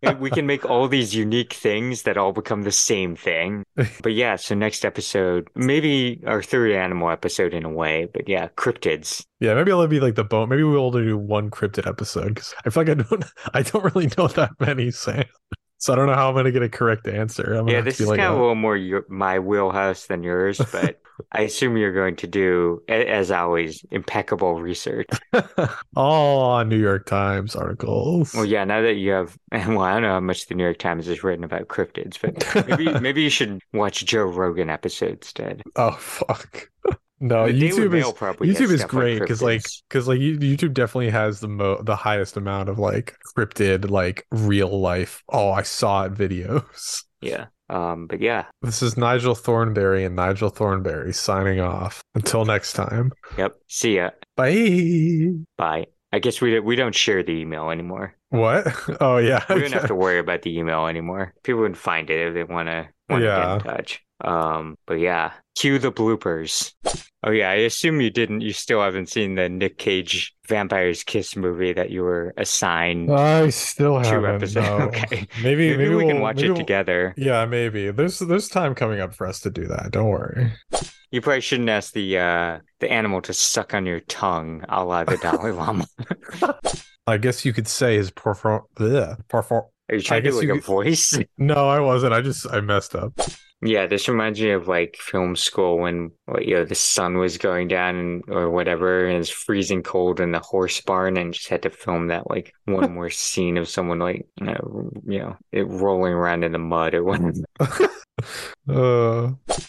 [SPEAKER 1] And we can make all these unique things that all become the same thing. But yeah, so next episode, maybe our third animal episode in a way, but yeah, cryptids.
[SPEAKER 2] yeah, maybe it'll be like the bone. Maybe we'll only do one cryptid episode because I feel like I don't. I don't really know that many, Sam. So I don't know how I'm gonna get a correct answer. I'm gonna
[SPEAKER 1] Yeah,
[SPEAKER 2] have to
[SPEAKER 1] this
[SPEAKER 2] be
[SPEAKER 1] is
[SPEAKER 2] like "Oh."
[SPEAKER 1] kind of
[SPEAKER 2] a-
[SPEAKER 1] a little more your, my wheelhouse than yours, but I assume you're going to do, a- as always, impeccable research.
[SPEAKER 2] all New York Times articles.
[SPEAKER 1] Well, yeah, now that you have, well, I don't know how much the New York Times has written about cryptids, but maybe maybe you should watch Joe Rogan episodes instead.
[SPEAKER 2] Oh fuck. No,
[SPEAKER 1] The Daily
[SPEAKER 2] Oh, YouTube
[SPEAKER 1] Mail
[SPEAKER 2] is
[SPEAKER 1] probably has
[SPEAKER 2] YouTube is
[SPEAKER 1] stuff on
[SPEAKER 2] great because like
[SPEAKER 1] cryptids.
[SPEAKER 2] because like you- YouTube definitely has the mo the highest amount of like cryptid like real life oh I saw it videos.
[SPEAKER 1] yeah, um, but yeah,
[SPEAKER 2] This is Nigel Thornberry and Nigel Thornberry signing off. Until next time.
[SPEAKER 1] yep. See ya.
[SPEAKER 2] Bye.
[SPEAKER 1] Bye. I guess we don't, we don't share the email anymore.
[SPEAKER 2] What? Oh yeah.
[SPEAKER 1] We don't have to worry about the email anymore. People would find it if they want to want
[SPEAKER 2] Yeah.
[SPEAKER 1] to get in touch. Um, but yeah, cue the bloopers. Oh yeah, I assume you didn't. You still haven't seen the Nick Cage Vampires Kiss movie that you were assigned.
[SPEAKER 2] I still
[SPEAKER 1] Two
[SPEAKER 2] haven't.
[SPEAKER 1] episodes.
[SPEAKER 2] no.
[SPEAKER 1] Okay.
[SPEAKER 2] Maybe
[SPEAKER 1] maybe,
[SPEAKER 2] maybe
[SPEAKER 1] we can
[SPEAKER 2] we'll-
[SPEAKER 1] watch
[SPEAKER 2] maybe
[SPEAKER 1] it
[SPEAKER 2] we'll-
[SPEAKER 1] together.
[SPEAKER 2] Yeah, maybe. There's there's time coming up for us to do that. Don't worry.
[SPEAKER 1] You probably shouldn't ask the uh, the animal to suck on your tongue, a la the Dalai Lama.
[SPEAKER 2] I guess you could say his perform bleh, perform
[SPEAKER 1] Are you trying to do
[SPEAKER 2] guess
[SPEAKER 1] like
[SPEAKER 2] you
[SPEAKER 1] a
[SPEAKER 2] could-
[SPEAKER 1] voice?
[SPEAKER 2] No, I wasn't. I just I messed up.
[SPEAKER 1] Yeah, this reminds me of like film school when like, you know the sun was going down and or whatever, and it's freezing cold in the horse barn, and just had to film that like one more scene of someone like you know, you know it rolling around in the mud or whatever.
[SPEAKER 2] uh